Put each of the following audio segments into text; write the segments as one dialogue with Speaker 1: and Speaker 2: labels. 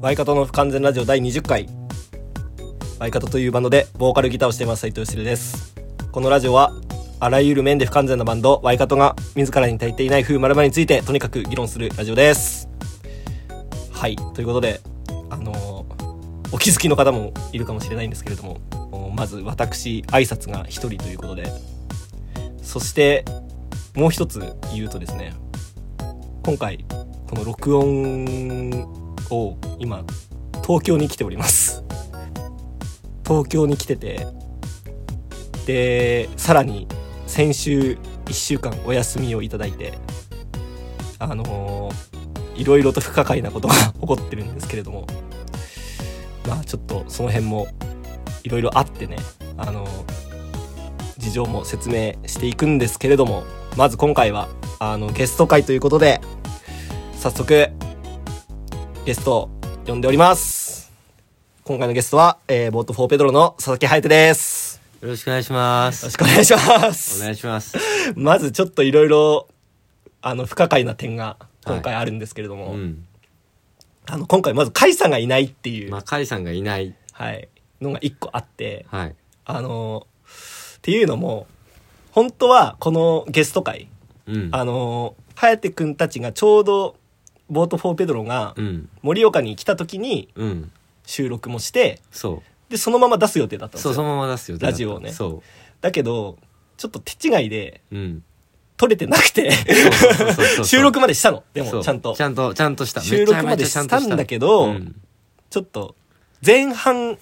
Speaker 1: ワイカトの不完全ラジオ第20回ワイカトというバンドでボーカルギターをしています斉藤しるですこのラジオはあらゆる面で不完全なバンドワイカトが自らに足りていない風まるについてとにかく議論するラジオですはいということであのーお気づきの方もいるかもしれないんですけれどもおまず私挨拶が一人ということでそしてもう一つ言うとですね今回この録音を今東京に来ております東京に来ててでさらに先週1週間お休みをいただいてあのーいろいろと不可解なことが 起こってるんですけれどもまあちょっとその辺もいろいろあってねあの事情も説明していくんですけれどもまず今回はあのゲスト会ということで早速ゲストを呼んでおります今回のゲストは、えー、ボートフォーペドロの佐々木颯です
Speaker 2: よろしくお願いしま
Speaker 1: よろ
Speaker 2: す。
Speaker 1: しくお願いしま
Speaker 2: お
Speaker 1: す
Speaker 2: 願いします。
Speaker 1: まずちょっといろいろあの不可解な点が今回あるんですけれども、
Speaker 2: うん。
Speaker 1: あの今回まず甲斐さんがいないっていう、
Speaker 2: まあ、カイさんがいない。
Speaker 1: はい、のが一個あって
Speaker 2: はい。
Speaker 1: あのっていうのも本当はこのゲスト会
Speaker 2: うん。
Speaker 1: あの颯くんたちがちょうどボート・フォー・ペドロが
Speaker 2: うん。
Speaker 1: 盛岡に来た時に
Speaker 2: うん。
Speaker 1: 収録もして
Speaker 2: そ
Speaker 1: でそのまま出す予定だったんで
Speaker 2: う。
Speaker 1: す
Speaker 2: そ
Speaker 1: よ
Speaker 2: う、そのまま出すよ。
Speaker 1: ラジオをね
Speaker 2: そ
Speaker 1: だけどちょっと手違いで
Speaker 2: う。うん。
Speaker 1: 撮れてなくて
Speaker 2: そうそうそうそう
Speaker 1: 収録までしたので
Speaker 2: そ
Speaker 1: も
Speaker 2: う
Speaker 1: ちゃんと
Speaker 2: ちゃんと、ちゃんとした。
Speaker 1: 収録までしたんだけど
Speaker 2: めちゃめちゃちゃんとしたうん
Speaker 1: ちょっと前半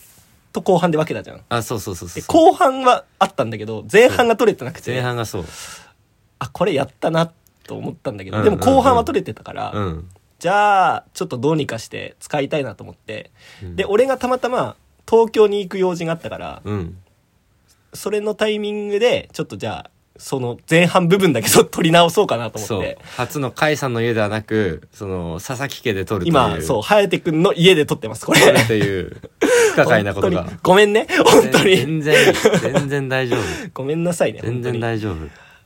Speaker 1: と後半で分けたじゃん
Speaker 2: あ、そうそうそうそ
Speaker 1: で
Speaker 2: う。
Speaker 1: 後半はあったんだけど前半が撮れてなく
Speaker 2: 前
Speaker 1: て
Speaker 2: 半がそう。
Speaker 1: あこれやったなと思ったんだけど
Speaker 2: うん
Speaker 1: でも後半は撮れてたから、
Speaker 2: うん。
Speaker 1: じゃあちょっとどうにかして使いたいなと思って、
Speaker 2: うん
Speaker 1: で俺がたまたま東京に行く用事があったから、
Speaker 2: うん。
Speaker 1: それのタイミングでちょっとじゃあその前半部分だけど撮り直そうかなと思
Speaker 2: そ
Speaker 1: っ
Speaker 2: う
Speaker 1: て。
Speaker 2: 初のカイさんの家ではなく、その、佐々木家で撮るという。
Speaker 1: 今そう颯くんの家で撮ってますこれ
Speaker 2: 撮るという、不可解なことが
Speaker 1: 本当に。ごめんね本当に
Speaker 2: 全然、全然大丈夫。
Speaker 1: ごめんなさいね
Speaker 2: 全
Speaker 1: 本当
Speaker 2: 然
Speaker 1: に
Speaker 2: 大丈夫。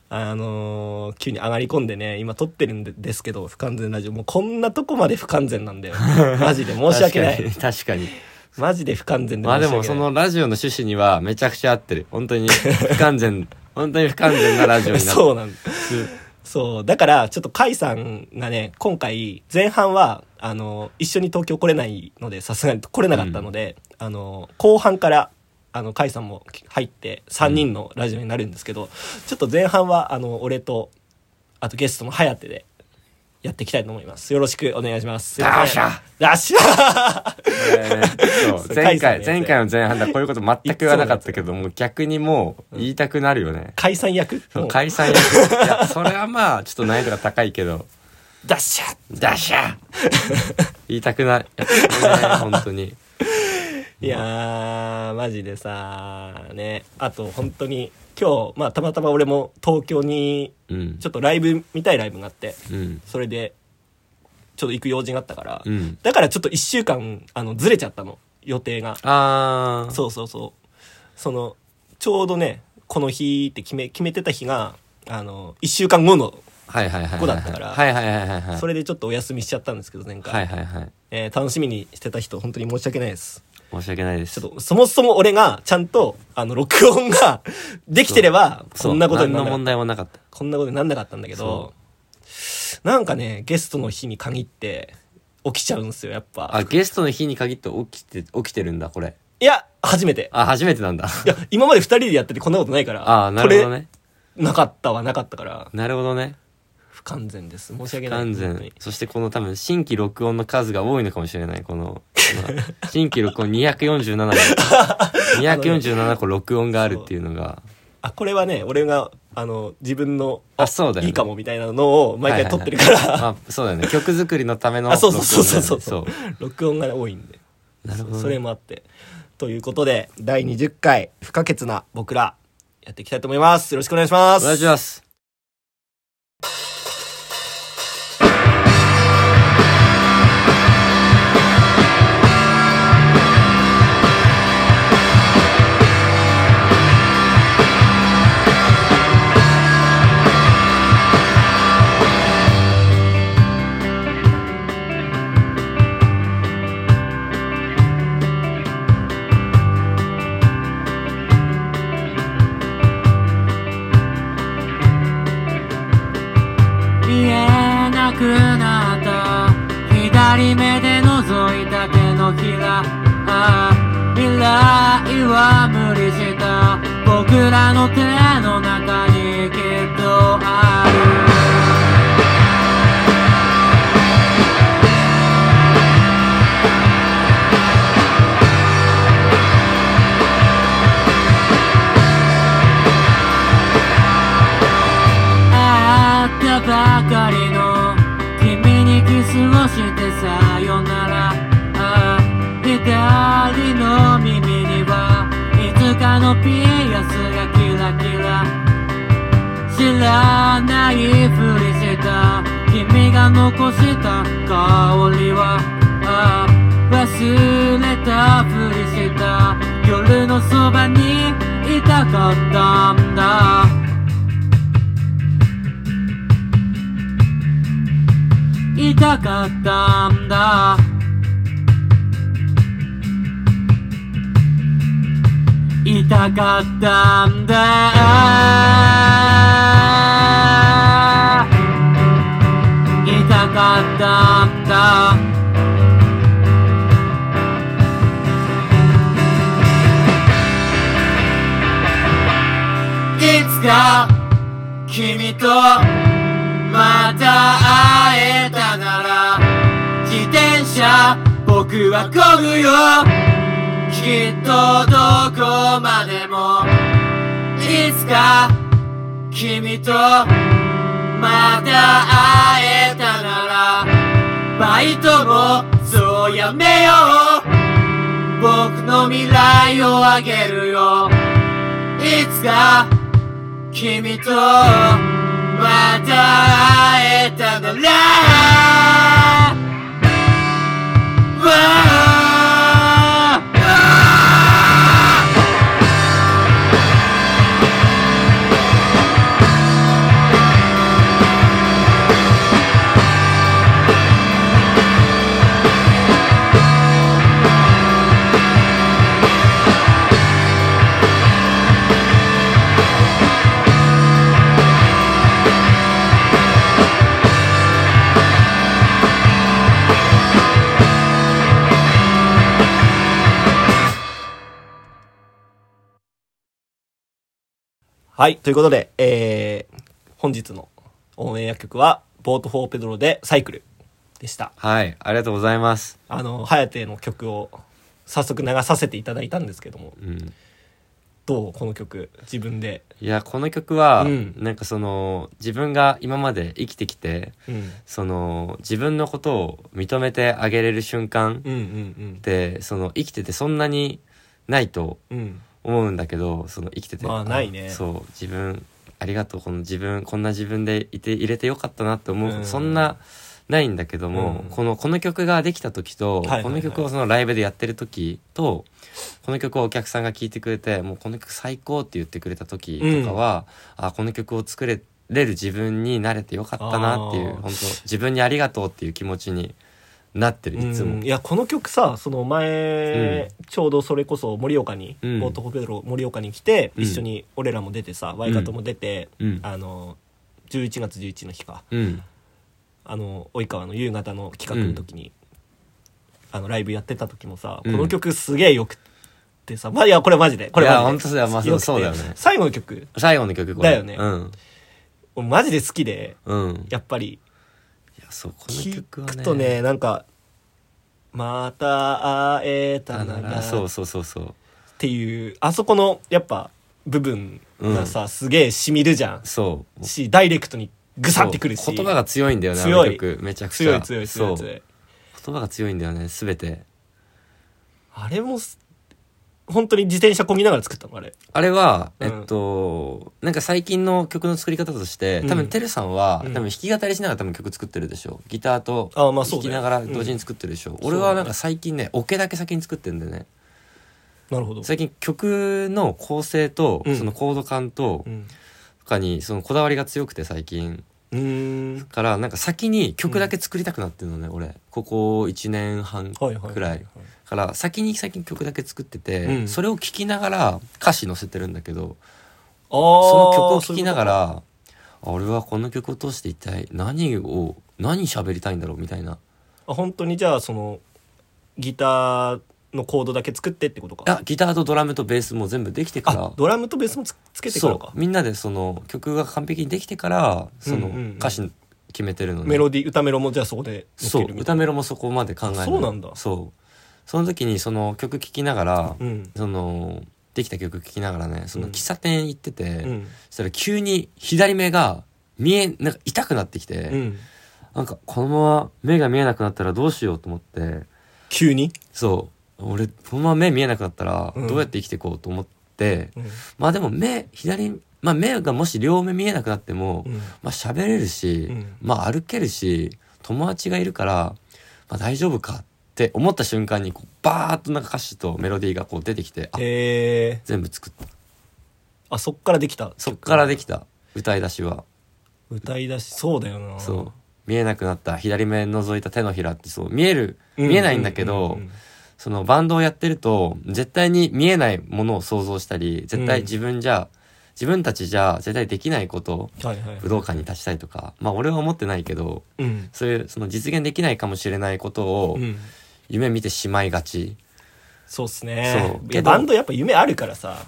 Speaker 1: あのー急に上がり込んでね今撮ってるんでですけど不完全ラジオもうこんなとこまで不完全なんだよマジで申し訳ない
Speaker 2: 確かに確かに。
Speaker 1: マジで不完全で申し訳ない
Speaker 2: まあでもそのラジオの趣旨にはめちゃくちゃ合ってる本当に不完 全本当に不完全なラジオになって
Speaker 1: そうなんそうだからちょっと甲斐さんがね今回前半はあの一緒に東京来れないのでさすがに来れなかったので、あの後半からあの甲斐さんも入って3人のラジオになるんですけど、ちょっと前半はあの俺とあとゲストの颯でやっていきたいと思いますよろしくお願いします
Speaker 2: よっしゃ
Speaker 1: よっしゃ
Speaker 2: えーねそう
Speaker 1: そう
Speaker 2: 前
Speaker 1: 甲斐さんのや
Speaker 2: 回
Speaker 1: つ
Speaker 2: 前回の前半ではこういうこと全く言わなかったけどもう逆にもう言いたくなるよね、
Speaker 1: 甲斐さん役
Speaker 2: そう
Speaker 1: もう
Speaker 2: 解散役いやそれはまあちょっと難易度が高いけど
Speaker 1: ダッシャ
Speaker 2: ダッシャー言いたくないやっぱね本当に
Speaker 1: いやー、マジでさね。あと、本当に、今日、まあ、たまたま俺も東京に、
Speaker 2: うん
Speaker 1: ちょっとライブ、見たいライブがあって、
Speaker 2: うん
Speaker 1: それで、ちょっと行く用事があったから、
Speaker 2: うん
Speaker 1: だからちょっと一週間、あの、ずれちゃったの、予定が。
Speaker 2: ああ
Speaker 1: そうそうそう。その、ちょうどね、この日って決め、決めてた日が、あの、一週間後の、
Speaker 2: はいはいはい
Speaker 1: ここ
Speaker 2: は
Speaker 1: だ
Speaker 2: い
Speaker 1: ったから
Speaker 2: はいはいはいはいはい
Speaker 1: それでちょっとお休みしちゃったんですけど、前回。
Speaker 2: はいはいはい
Speaker 1: えー楽しみにしてた人、本当に申し訳ないです。
Speaker 2: 申し訳ないです
Speaker 1: ちょっと、そもそも俺が、ちゃんと、あの、録音が、できてれば、
Speaker 2: そう
Speaker 1: こんなことにな
Speaker 2: 何
Speaker 1: ん
Speaker 2: の
Speaker 1: なかった。
Speaker 2: 問題もなかった
Speaker 1: こんなことになんなかったんだけど、なんかね、ゲストの日に限って、起きちゃうんすよ、やっぱ
Speaker 2: あ、。ゲストの日に限って起きて、起きてるんだ、これ。
Speaker 1: いや、初めて。
Speaker 2: あ、初めてなんだ。
Speaker 1: いや、今まで二人でやっててこんなことないから、
Speaker 2: あーなるほどね。
Speaker 1: これなかったはなかったから、
Speaker 2: なるほどね。
Speaker 1: 不完全です。申し訳
Speaker 2: 不
Speaker 1: ない。本
Speaker 2: 完
Speaker 1: 当
Speaker 2: 全
Speaker 1: に。
Speaker 2: そしてこの多分、新規録音の数が多いのかもしれない、この。今新規録音247個。247個録音があるっていうのが。
Speaker 1: あ、これはね、俺が、あの、自分の、
Speaker 2: あ、そうだよ、ね。
Speaker 1: いいかもみたいなのを毎回撮ってるか
Speaker 2: はいはい
Speaker 1: ら、
Speaker 2: はいあ、そうだよね。曲作りのための
Speaker 1: あ、
Speaker 2: 録
Speaker 1: そ
Speaker 2: 音
Speaker 1: う
Speaker 2: だ
Speaker 1: そ
Speaker 2: よ
Speaker 1: う
Speaker 2: ね、
Speaker 1: そうそうそう
Speaker 2: そう。
Speaker 1: 録音が多いんで
Speaker 2: なるほどね
Speaker 1: そそれもあってということで第20回不可欠な僕らやっていきたいと思いますよろしくお願いしま
Speaker 2: お
Speaker 1: す
Speaker 2: 願いします。
Speaker 1: 「
Speaker 3: のキラー未来は無理した僕らの手の中にきっとあるあったばかりの君にキスをしてさよならああ左の耳にはいつかのピアスがキラキラ知らないふりした君が残した香りはああ忘れたふりした夜のそばにいたかったんだ痛かったんだ痛かったんだ痛かったんだいつか君とまた会えたなら自転車僕は漕ぐよきっとどこまでもいつか君とまた会えたならバイトもそうやめよう僕の未来をあげるよいつか君とまた会えたならわあ
Speaker 1: はい、ということで、えー、本日のオンエア曲は、ボート・フォー・ペドロでサイクルでした。
Speaker 2: はい、ありがとうございます。
Speaker 1: あの、ハヤテの曲を早速流させていただいたんですけども、
Speaker 2: うん。
Speaker 1: どうこの曲、自分で。
Speaker 2: いや、この曲は、
Speaker 1: うん
Speaker 2: なんかその、自分が今まで生きてきて、
Speaker 1: うん。
Speaker 2: その、自分のことを認めてあげれる瞬間
Speaker 1: うんうん
Speaker 2: って、その、生きててそんなにないと
Speaker 1: うん。うん。
Speaker 2: 思うんだけど、その、生きてて。
Speaker 1: まあないね
Speaker 2: そう、自分、ありがとう、この自分、こんな自分でいて、入れてよかったなって思うこと、
Speaker 1: うん
Speaker 2: そんな、ないんだけども、
Speaker 1: うん
Speaker 2: この、この曲ができた時
Speaker 1: はい
Speaker 2: と、
Speaker 1: はいはい
Speaker 2: この曲をそのライブでやってる時と、この曲をお客さんが聴いてくれて、もうこの曲最高って言ってくれた時とかは、あ、この曲を作れ、れる自分になれてよかったなってい
Speaker 1: あ
Speaker 2: う、
Speaker 1: ー
Speaker 2: 本当自分にありがとうっていう気持ちになってる、いつ
Speaker 1: う
Speaker 2: も
Speaker 1: んい。やこの曲さその前、ちょうどそれこそ盛岡に、
Speaker 2: うん
Speaker 1: ボートホペドロ盛岡に来て、
Speaker 2: うん
Speaker 1: 一緒に俺らも出てさワイカトも出て、
Speaker 2: うん
Speaker 1: あの11月11の日か
Speaker 2: うん。
Speaker 1: あの及川の夕方の企画の時に、あのライブやってた時もさ、
Speaker 2: うん
Speaker 1: この曲すげえよくってさまあいやこれマジでこれ
Speaker 2: いや
Speaker 1: マジで
Speaker 2: 本当そうだよまあ
Speaker 1: 良くて
Speaker 2: そうだよね
Speaker 1: 最後の曲
Speaker 2: 最後の曲これ。
Speaker 1: だよね
Speaker 2: うん。
Speaker 1: 俺マジで好きで
Speaker 2: うん。
Speaker 1: やっぱり
Speaker 2: いやそうこの
Speaker 1: 聞
Speaker 2: 曲はね
Speaker 1: くとねなんか「また会えた
Speaker 2: あ
Speaker 1: な
Speaker 2: な
Speaker 1: ら」
Speaker 2: らそうそうそうそう
Speaker 1: っていうあそこのやっぱ部分がさ、すげえしみるじゃん
Speaker 2: そう
Speaker 1: しダイレクトにグサってくるし
Speaker 2: そう言葉が強いんだよね
Speaker 1: 強い
Speaker 2: あの曲めちゃくち
Speaker 1: 強
Speaker 2: ゃ
Speaker 1: い強い強い強
Speaker 2: そう
Speaker 1: い
Speaker 2: 言葉が強いんだよねすべて
Speaker 1: あれもす本当に自転車こぎながら作ったのあれ
Speaker 2: あれは、
Speaker 1: うん
Speaker 2: えっとなんか最近の曲の作り方として多
Speaker 1: う
Speaker 2: 分
Speaker 1: ん
Speaker 2: てるさんは、
Speaker 1: うん
Speaker 2: 多分弾き語りしながら多分曲作ってるでしょギターと
Speaker 1: あまあそ
Speaker 2: 弾
Speaker 1: うだ
Speaker 2: き
Speaker 1: よ
Speaker 2: ながら同時に作ってるでしょ、
Speaker 1: ん
Speaker 2: 俺はなんか最近ねオケだけ先に作ってんだよね
Speaker 1: なるほど、
Speaker 2: 最近曲の構成と、
Speaker 1: うん
Speaker 2: そのコード感と
Speaker 1: うん、
Speaker 2: かにそのこだわりが強くて最近
Speaker 1: うーん
Speaker 2: からなんか先に曲だけ作りたくなってるのね、俺ここ1年半
Speaker 1: はいはい
Speaker 2: くらいから先に最近曲だけ作ってて、
Speaker 1: うん
Speaker 2: それを聴きながら歌詞載せてるんだけど
Speaker 1: そ
Speaker 2: その曲を聴きながらあ俺はこの曲を通して一体何を何喋りたいんだろうみたいな
Speaker 1: あ本当にじゃあそのギターのコードだけ作ってってことか
Speaker 2: あギターとドラムとベースも全部できてから
Speaker 1: あドラムとベースもつつけてから
Speaker 2: そ
Speaker 1: か
Speaker 2: うみんなでその曲が完璧にできてからその
Speaker 1: うんうんうん
Speaker 2: 歌詞決めてるので、
Speaker 1: メロディー歌メロもじゃあそこで
Speaker 2: そ
Speaker 1: 乗っ
Speaker 2: う
Speaker 1: けるみた
Speaker 2: 歌
Speaker 1: い
Speaker 2: メロもそこまで考えない
Speaker 1: そうなんだ
Speaker 2: そうその時にその曲聴きながら、
Speaker 1: なうん
Speaker 2: そのできた曲聴きながらねそ
Speaker 1: う
Speaker 2: の
Speaker 1: ん
Speaker 2: 喫茶店行ってて、
Speaker 1: うん
Speaker 2: そしたら急に左目が見えなんか痛くなってきて、
Speaker 1: うん
Speaker 2: なんかこのまま目が見えなくなったらどうしようと思って
Speaker 1: 急に
Speaker 2: そう俺このまま目見えなくなったら
Speaker 1: うん
Speaker 2: どうやって生きていこうと思って、
Speaker 1: うん
Speaker 2: まあでも目左、まあ、目がもし両目見えなくなっても、
Speaker 1: うん
Speaker 2: まあ喋れるし、
Speaker 1: うん
Speaker 2: まあ歩けるし友達がいるから、まあ、大丈夫かって思った瞬間にこうバーッとなんか歌詞とメロディーがこう出てきてあ
Speaker 1: えー
Speaker 2: 全部作った
Speaker 1: あそっからできた
Speaker 2: そっからできた歌い出しは
Speaker 1: 歌い出しそうだよな
Speaker 2: そう見えなくなった左目覗いた手のひらってそう見える見えないんだけ
Speaker 1: う
Speaker 2: ど、
Speaker 1: うん
Speaker 2: そのバンドをやってると絶対に見えないものを想像したり絶
Speaker 1: う
Speaker 2: 対
Speaker 1: ん
Speaker 2: 自分じゃ、自分たちじゃ絶対できないこと
Speaker 1: はいはい
Speaker 2: 武道館に立ちたいとかまあ俺は思ってないけど
Speaker 1: うん
Speaker 2: そういうその実現できないかもしれないことを
Speaker 1: うん
Speaker 2: 夢見てしまいがち、
Speaker 1: そうっすね
Speaker 2: そう
Speaker 1: いや
Speaker 2: けど
Speaker 1: バンドやっぱ夢あるからさ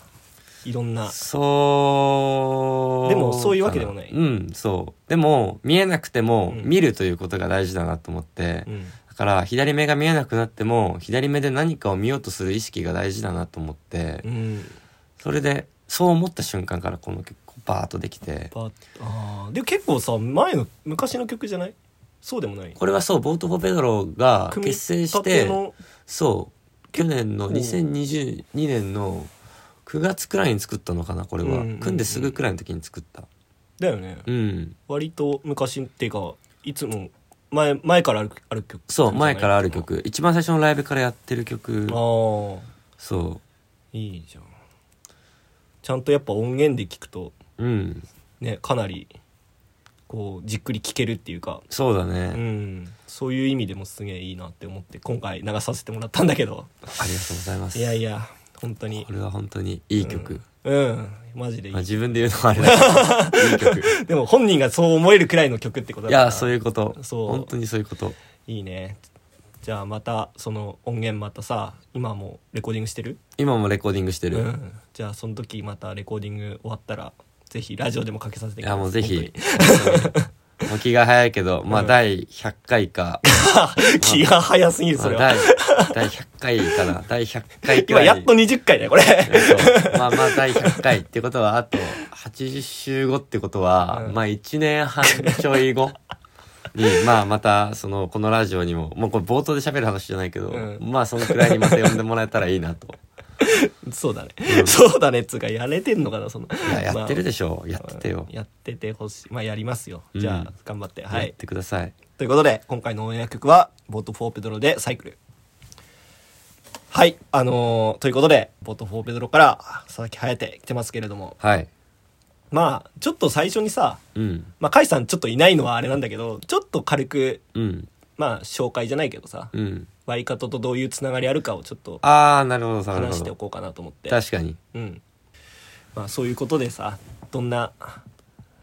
Speaker 1: いろんな
Speaker 2: そう
Speaker 1: でもそういうわけでもない
Speaker 2: うんそうでも見えなくても
Speaker 1: うん
Speaker 2: 見るということが大事だなと思って、
Speaker 1: うん
Speaker 2: だから左目が見えなくなっても左目で何かを見ようとする意識が大事だなと思って、
Speaker 1: うん
Speaker 2: それでそう思った瞬間からこの曲バーッとできて
Speaker 1: パーあーでも結構さ前の昔の曲じゃないそうでもない
Speaker 2: これはそうボート・フォー・ペドロが
Speaker 1: 組み
Speaker 2: 結成し
Speaker 1: 立
Speaker 2: て
Speaker 1: ての
Speaker 2: そう去年の
Speaker 1: 結構
Speaker 2: 2022年の9月くらいに作ったのかなこれ
Speaker 1: うん
Speaker 2: は
Speaker 1: うんうん
Speaker 2: 組んですぐくらいの時に作った
Speaker 1: だよね
Speaker 2: うん
Speaker 1: 割と昔っていうかいつも前前からあるある曲
Speaker 2: そう前からある
Speaker 1: あ
Speaker 2: 曲一番最初のライブからやってる曲
Speaker 1: あー
Speaker 2: そ
Speaker 1: いいじゃんちゃんとやっぱ音源で聞くと
Speaker 2: ううん
Speaker 1: ねかなりこうじっくり聴けるっていうか
Speaker 2: そうだ
Speaker 1: う
Speaker 2: ね
Speaker 1: んそういう意味でもすげえいいなって思って今回流させてもらったんだけど
Speaker 2: ありがとうございます
Speaker 1: いやいや本当に
Speaker 2: これは本当にいい曲
Speaker 1: うんマジでいい
Speaker 2: まあ自分で言うのはあれだけど いい曲
Speaker 1: でも本人がそう思えるくらいの曲ってこと
Speaker 2: い
Speaker 1: だから
Speaker 2: やそういうこと
Speaker 1: そう
Speaker 2: 本当にそういうこと
Speaker 1: いいねじゃあまたその音源またさ今もレコーディングしてる
Speaker 2: 今もレコーディングしてる、
Speaker 1: うん、じゃあその時またレコーディング終わったらぜひラジオでもかけさせて
Speaker 2: い
Speaker 1: くださ
Speaker 2: や
Speaker 1: い
Speaker 2: もうぜひ
Speaker 1: 本
Speaker 2: もう気が早いけどまあ
Speaker 1: うん
Speaker 2: 第100回か、
Speaker 1: 当に 気が早すぎる
Speaker 2: まあ
Speaker 1: それは、
Speaker 2: 第第100回かな第100回く
Speaker 1: 今
Speaker 2: らい
Speaker 1: やっと20回だよこれ
Speaker 2: そうまあまあ第100回ってことはあと80週後ってことは、
Speaker 1: うん
Speaker 2: まあ1年半ちょい後にまあまたそのこのラジオにももうこれ冒頭で喋る話じゃないけど、
Speaker 1: うん
Speaker 2: まあそのくらいにまた呼んでもらえたらいいなと
Speaker 1: そうだね、そうだねっつうかやれてんのかなその
Speaker 2: いややってるで
Speaker 1: し
Speaker 2: しょ、やっててよ、
Speaker 1: やっててほしいまあやりますよ、
Speaker 2: うん
Speaker 1: じゃあ頑張っては
Speaker 2: やっ
Speaker 1: い
Speaker 2: てください
Speaker 1: ということで今回のオンエア曲は「ボート・フォー・ペドロ」で「サイクル」はいあのーということで「ボート・フォー・ペドロ」から佐々木颯来てますけれども
Speaker 2: はい
Speaker 1: まあちょっと最初にさ
Speaker 2: うん
Speaker 1: まあ甲斐さんちょっといないのはあれなんだけどちょっと軽く
Speaker 2: うん
Speaker 1: まあ紹介じゃないけどさ、
Speaker 2: うん
Speaker 1: ワイカトとどういうつながりあるかをちょっと
Speaker 2: ああなるほどなる
Speaker 1: 話
Speaker 2: ほ
Speaker 1: してお
Speaker 2: ど
Speaker 1: こうかなと思って
Speaker 2: 確かに
Speaker 1: うんまあ、そういうことでさどんな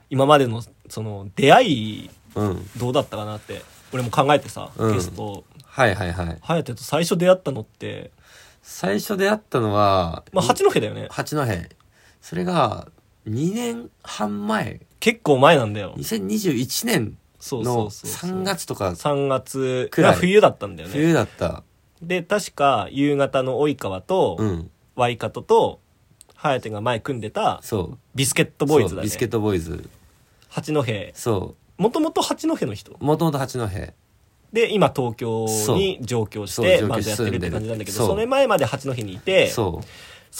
Speaker 1: 今までのその出会い
Speaker 2: うん
Speaker 1: どうだったかなって俺も考えてさ、
Speaker 2: うん
Speaker 1: ゲスト
Speaker 2: はいはいはい
Speaker 1: 颯と最初出会ったのって、
Speaker 2: 最初出会ったのは、
Speaker 1: まあ、八戸だよね
Speaker 2: 八戸それが2年半前
Speaker 1: 結構前なんだよ
Speaker 2: 2021年
Speaker 1: そうそ
Speaker 2: の
Speaker 1: うそうそう
Speaker 2: 3月とか
Speaker 1: 3月
Speaker 2: くらい
Speaker 1: が冬だったんだよね
Speaker 2: 冬だった
Speaker 1: で確か夕方の及川と、
Speaker 2: うん
Speaker 1: ワイカトと颯が前組んでた
Speaker 2: そう
Speaker 1: ビスケットボーイズ
Speaker 2: そう
Speaker 1: だ
Speaker 2: ビ
Speaker 1: ね
Speaker 2: スケットボーイズ
Speaker 1: 八戸
Speaker 2: そ
Speaker 1: もともと八戸の人
Speaker 2: うもともと八戸そ
Speaker 1: で今東京に上京して
Speaker 2: そう
Speaker 1: バンドやってるって感じなんだけど
Speaker 2: そう
Speaker 1: それ前まで八戸にいてそう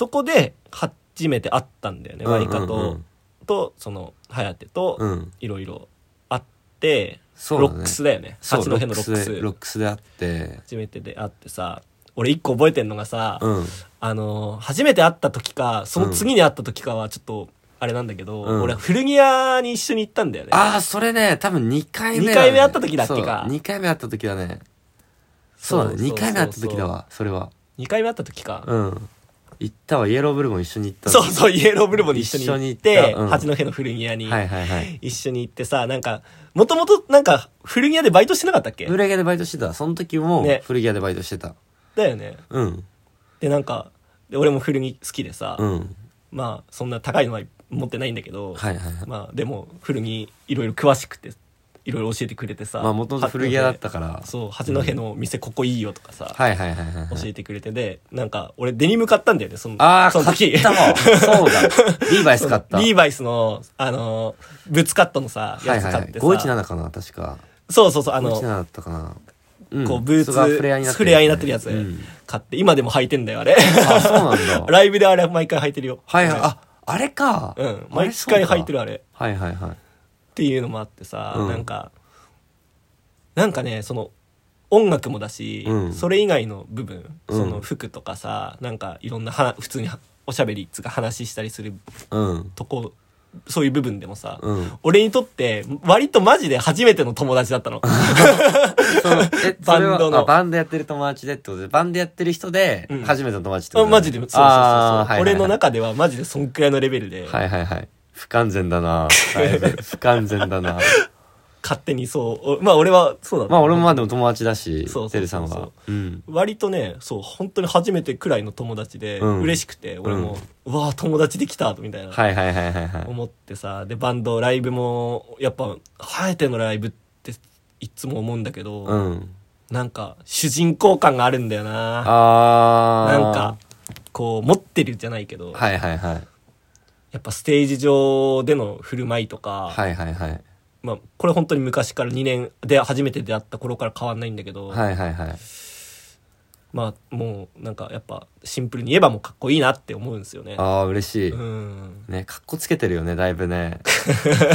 Speaker 1: こで初めて会ったんだよね
Speaker 2: うんうん
Speaker 1: ワ
Speaker 2: う
Speaker 1: イ
Speaker 2: ん
Speaker 1: カととその颯
Speaker 2: う
Speaker 1: と
Speaker 2: ん
Speaker 1: いろいろ会って
Speaker 2: そう
Speaker 1: ロ
Speaker 2: だね
Speaker 1: ックスだよね
Speaker 2: そ
Speaker 1: 八
Speaker 2: う
Speaker 1: 戸
Speaker 2: ロ
Speaker 1: のロ
Speaker 2: ックスで
Speaker 1: ッ
Speaker 2: ロ
Speaker 1: クス
Speaker 2: ックスであって
Speaker 1: 初めてで会ってさ俺一個覚えてんのがさ
Speaker 2: うん
Speaker 1: あのー初めて会った時かその次に会った時かはちょっとあれなんだけど
Speaker 2: うん
Speaker 1: 俺古着屋に一緒に行ったんだよね
Speaker 2: ああそれね多分2回目
Speaker 1: 二回目会った時だっけか
Speaker 2: 2回目会った時だねそうだ
Speaker 1: そうそ
Speaker 2: ね
Speaker 1: うそう
Speaker 2: 2回目会った時だわそれは
Speaker 1: 2回目会った時か
Speaker 2: うん行ったわイエローブルボン一緒に行ったわ
Speaker 1: そうそう、イエローブルボンに一緒に行って、
Speaker 2: 一緒に行ったうん
Speaker 1: 八戸の古着屋に
Speaker 2: はいはいはい
Speaker 1: 一緒に行ってさ、なんか、もともとなんか古着屋でバイトしてなかったっけ
Speaker 2: 古着屋でバイトしてたその時も
Speaker 1: ね
Speaker 2: 古着屋でバイトしてた、
Speaker 1: だよね
Speaker 2: うん
Speaker 1: でなんかで俺も古着好きでさ、
Speaker 2: うん
Speaker 1: まあそんな高いのは持ってないんだけど、
Speaker 2: はいはいは い
Speaker 1: まあでも古着いろいろ詳しくていろいろ教えてくれてさ
Speaker 2: まあもともと古着屋だったから
Speaker 1: そう八戸の店ここいいよとかさ、
Speaker 2: はいはいはいはい
Speaker 1: 教えてくれてでなんか俺デニム買ったんだよねその
Speaker 2: ああ
Speaker 1: その
Speaker 2: 買
Speaker 1: 時
Speaker 2: ったもんそう だリーバイス買った
Speaker 1: リー
Speaker 2: バ
Speaker 1: バイスのあのブツカットのさ
Speaker 2: は
Speaker 1: や
Speaker 2: い
Speaker 1: つ
Speaker 2: は
Speaker 1: 買
Speaker 2: いは
Speaker 1: っ
Speaker 2: い
Speaker 1: てさ、
Speaker 2: 517かな確か
Speaker 1: そうそうそうあ
Speaker 2: 517
Speaker 1: の
Speaker 2: だったかなうん
Speaker 1: こうブーツ
Speaker 2: それがフレアになって
Speaker 1: フレアになってるやつ
Speaker 2: うん
Speaker 1: 買って、今でも履いてんだよあれ
Speaker 2: あそうなんだ
Speaker 1: ライブであれ毎回履いてるよ
Speaker 2: はいはいああれか
Speaker 1: うん
Speaker 2: あれ
Speaker 1: 毎
Speaker 2: そう
Speaker 1: 回
Speaker 2: だ
Speaker 1: 履いてるあれ
Speaker 2: はいはいはい
Speaker 1: っていうのもあってさ、
Speaker 2: うん
Speaker 1: なんかなんかねその音楽もだし、
Speaker 2: うん
Speaker 1: それ以外の部分、
Speaker 2: うん
Speaker 1: その服とかさなんかいろんなは普通におしゃべりっつうか話したりする
Speaker 2: うん
Speaker 1: とこそういう部分でもさ、
Speaker 2: うん
Speaker 1: 俺にとって割とマジで初めての友達だ ったの
Speaker 2: そのえ
Speaker 1: バ
Speaker 2: バ
Speaker 1: ン
Speaker 2: ン
Speaker 1: ド
Speaker 2: ド
Speaker 1: の
Speaker 2: のバンドやってる友達でってことでバンドやってる人で
Speaker 1: うん
Speaker 2: 初めての友達ってこと
Speaker 1: あ
Speaker 2: ね
Speaker 1: マジでそうそうそうそう、
Speaker 2: あーはいはいはい
Speaker 1: 俺の中ではマジでそんくらいのレベルで、
Speaker 2: はいはいはい不完全 だなだいぶ不完全だな
Speaker 1: 勝手にそうおまあ俺はそうだった
Speaker 2: まあ俺もまあでも友達だし
Speaker 1: そうそうそうそう
Speaker 2: てるさんはうん
Speaker 1: 割とねそう本当に初めてくらいの友達で、
Speaker 2: うん
Speaker 1: 嬉しくて俺も、うわあ友達できたみたいな、
Speaker 2: はいはいはいはいはい
Speaker 1: 思ってさでバンドライブもやっぱ生えてのライブっていつも思うんだけど、
Speaker 2: うん
Speaker 1: なんか主人公感があるんだよな
Speaker 2: あー
Speaker 1: なんかこう持ってるじゃないけど、
Speaker 2: はいはいはい
Speaker 1: やっぱステージ上での振る舞いとか、
Speaker 2: はいはいはい
Speaker 1: まあ、これ本当に昔から2年で初めて出会った頃から変わんないんだけど、
Speaker 2: はいはいはい
Speaker 1: まあもうなんかやっぱシンプルに言えばもうかっこいいなって思うんですよね。
Speaker 2: ああ嬉しい
Speaker 1: うん
Speaker 2: ねかっこつけてるよねだいぶね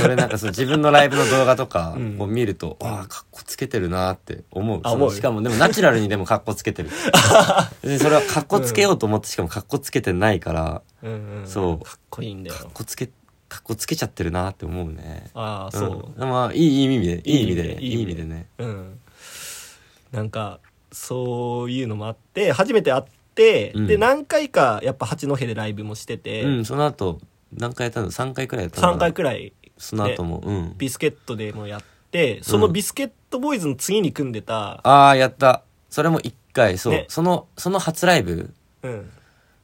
Speaker 2: それなんかそう自分のライブの動画とか
Speaker 1: うん
Speaker 2: を見ると、ああかっこつけてるなーって思う
Speaker 1: あ
Speaker 2: その
Speaker 1: 思う
Speaker 2: しかもでもナチュラルにでもかっこつけ てるでそれはかっこつけようと思ってしかもかっこつけてないから
Speaker 1: うんうん、
Speaker 2: そう
Speaker 1: かっこいいんだよ
Speaker 2: かっこつけかっこつけちゃってるなーって思うね
Speaker 1: ああそう、
Speaker 2: んまあいいいい意味でいい意味で
Speaker 1: いい
Speaker 2: い
Speaker 1: 意
Speaker 2: い意
Speaker 1: 味
Speaker 2: 味
Speaker 1: で
Speaker 2: でね
Speaker 1: うん、なんかそういうのもあって初めて会って、
Speaker 2: うん
Speaker 1: で何回かやっぱ八戸でライブもしてて、
Speaker 2: うんその後何回やったの3回くらいやったの
Speaker 1: 3回くらい
Speaker 2: その後も、うん
Speaker 1: ビスケットでもやってそのビスケットボーイズの次に組んでた、
Speaker 2: ああやったそれも1回そう、
Speaker 1: ね
Speaker 2: そのその初ライブ
Speaker 1: うん、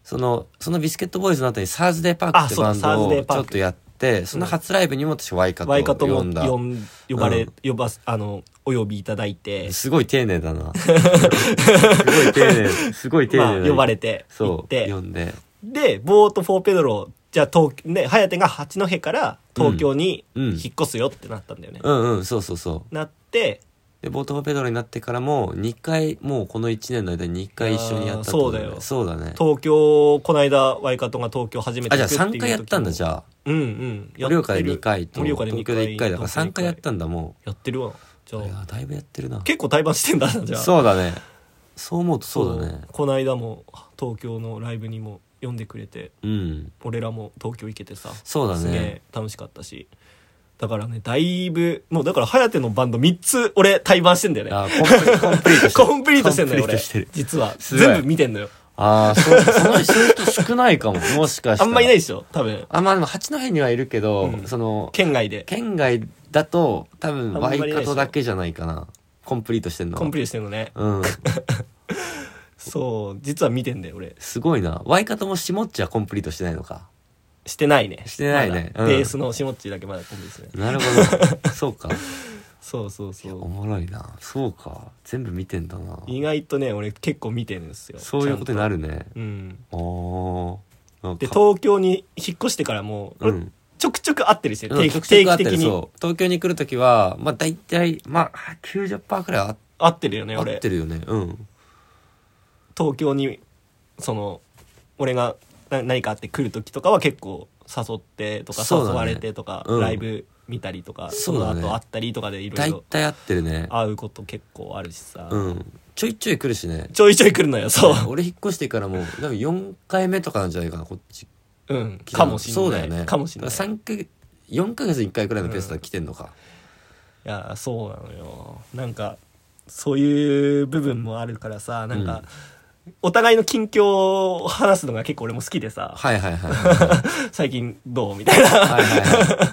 Speaker 2: そのそのビスケットボーイズの後にサーズデーパークって
Speaker 1: あそう
Speaker 2: バン
Speaker 1: だ
Speaker 2: ド
Speaker 1: サーズデー
Speaker 2: をち
Speaker 1: パー
Speaker 2: ょ
Speaker 1: ク
Speaker 2: っとやってその初ライブにも私ワイカ
Speaker 1: ワイカ
Speaker 2: ト
Speaker 1: とも
Speaker 2: を呼
Speaker 1: 呼
Speaker 2: ん
Speaker 1: ん
Speaker 2: だ
Speaker 1: 呼ばれ、
Speaker 2: うん
Speaker 1: 呼ばすあのお呼びいただいて、
Speaker 2: すごい丁寧 だなすごい丁寧すごい丁
Speaker 1: ま
Speaker 2: 寧
Speaker 1: あ、
Speaker 2: だ
Speaker 1: 呼ばれて行
Speaker 2: そ
Speaker 1: っ
Speaker 2: う
Speaker 1: て
Speaker 2: 呼んで
Speaker 1: でボート・フォー・ペドロじゃあ東ね颯が八戸から東京に
Speaker 2: うんうん
Speaker 1: 引っ越すよってなったんだよね、
Speaker 2: うんうんそうそうそう
Speaker 1: なって
Speaker 2: でボート・フォー・ペドロになってからも2回もうこの1年の間に2回一緒にやったってこと
Speaker 1: あー
Speaker 2: そうだね
Speaker 1: 東京この間ワイカトが東京初めて
Speaker 2: あじゃ
Speaker 1: 行
Speaker 2: あ
Speaker 1: くっていう
Speaker 2: 3回やったんだじ
Speaker 1: ゃ
Speaker 2: ゃあ
Speaker 1: うんうん
Speaker 2: 盛岡で2回と
Speaker 1: 盛岡で2
Speaker 2: 東京
Speaker 1: 回
Speaker 2: で1回だから
Speaker 1: 東京で
Speaker 2: 3回やったんだも
Speaker 1: やってるわじゃ
Speaker 2: うい
Speaker 1: あ
Speaker 2: やだいぶやってるな
Speaker 1: 結構対バンしてんだなじゃあ
Speaker 2: そうだねそう思うとそうだね
Speaker 1: この間も東京のライブにも呼んでくれて
Speaker 2: うん
Speaker 1: 俺らも東京行けてさ
Speaker 2: そうだ
Speaker 1: すげ
Speaker 2: ね
Speaker 1: え楽しかったしだからねだいぶもうだから颯のバンド3つ俺対バンしてんだよね
Speaker 2: あコンプリコンプリートし てる
Speaker 1: コンプリートしてんのよ
Speaker 2: コンプ
Speaker 1: 俺
Speaker 2: リートしてる
Speaker 1: 実は
Speaker 2: すごい
Speaker 1: 全部見てんのよ
Speaker 2: ああそうそのそういう人少ないかももしかした
Speaker 1: あ
Speaker 2: ら
Speaker 1: んまいないでしょ多分
Speaker 2: あまあでも八戸にはいるけど、
Speaker 1: うん
Speaker 2: その
Speaker 1: 県外で
Speaker 2: 県外だと多分
Speaker 1: あんま
Speaker 2: ワ
Speaker 1: り
Speaker 2: イ
Speaker 1: ないでしょ
Speaker 2: カトだけじゃないかなコンプリートしてんのは
Speaker 1: コンプリートしてんのね
Speaker 2: うん
Speaker 1: そう実は見てんだよ俺
Speaker 2: すごいなワイカトも下っちはコンプリートしてないのか
Speaker 1: してないね
Speaker 2: してないね
Speaker 1: まだ
Speaker 2: うん
Speaker 1: ベースのしもっちだけまだコンビですね
Speaker 2: なるほ どそうか
Speaker 1: そうそうそう
Speaker 2: おもろいなそうか全部見てんだな
Speaker 1: 意外とね俺結構見てるんですよ
Speaker 2: そういうことにな
Speaker 1: る
Speaker 2: るね
Speaker 1: うん
Speaker 2: おー
Speaker 1: で
Speaker 2: なんか
Speaker 1: 東京に引っ越してからもう、
Speaker 2: うん
Speaker 1: ちょくちょく会ってるし
Speaker 2: うん
Speaker 1: 定
Speaker 2: ち
Speaker 1: 期
Speaker 2: ょくちょ
Speaker 1: 定
Speaker 2: く会
Speaker 1: 期
Speaker 2: って
Speaker 1: 的
Speaker 2: る
Speaker 1: に
Speaker 2: そう東京に来るときはまあ大体まあ90%くらいは
Speaker 1: 会ってるよね
Speaker 2: 合
Speaker 1: 俺
Speaker 2: ってるよねうん
Speaker 1: 東京にその俺がな何かあって来る時とかは結構誘ってとか
Speaker 2: そ
Speaker 1: 誘
Speaker 2: うだね
Speaker 1: われてとか、
Speaker 2: うん
Speaker 1: ライブ見たりとか
Speaker 2: そうだね
Speaker 1: の後会ったりとかでいろい
Speaker 2: 大
Speaker 1: ろ
Speaker 2: 体合ってるね
Speaker 1: 会うこと結構あるしさ、
Speaker 2: うんちょいちょい来るしね
Speaker 1: ちょいちょい来るのよそう、
Speaker 2: 俺引っ越してからもう多分4回目とかなんじゃないかなこっち
Speaker 1: うん、かもしんない
Speaker 2: そうだよね
Speaker 1: かもしんない
Speaker 2: 3か月4か月に1回くらいのペースで来てんのか、
Speaker 1: いやそうなのよなんかそういう部分もあるからさなんか、お互いの近況を話すのが結構俺も好きでさ
Speaker 2: はいはいはいはい
Speaker 1: 最近どうみたいな
Speaker 2: はいはい はい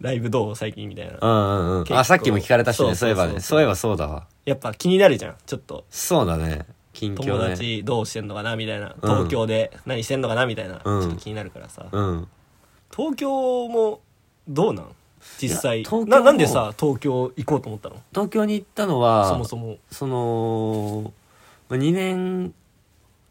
Speaker 1: ライブどう最近みたいな
Speaker 2: うんうん
Speaker 1: 結
Speaker 2: うん
Speaker 1: 構
Speaker 2: あさっきも聞かれたしね
Speaker 1: そ
Speaker 2: そう
Speaker 1: そ
Speaker 2: ういうえ
Speaker 1: そう
Speaker 2: ばねそういえばそうだわ
Speaker 1: やっぱ気になるじゃんちょっと
Speaker 2: そうだね近況
Speaker 1: 友
Speaker 2: ね
Speaker 1: 達どうしてんのかなみたいな東京で何してんのかなみたいな、
Speaker 2: うん
Speaker 1: ちょっと気になるからさ、
Speaker 2: うん
Speaker 1: 東京もどうなん実際
Speaker 2: いや東京
Speaker 1: な
Speaker 2: も
Speaker 1: なんでさ東京行こうと思ったの
Speaker 2: 東京に行ったのは
Speaker 1: そもそも
Speaker 2: その2年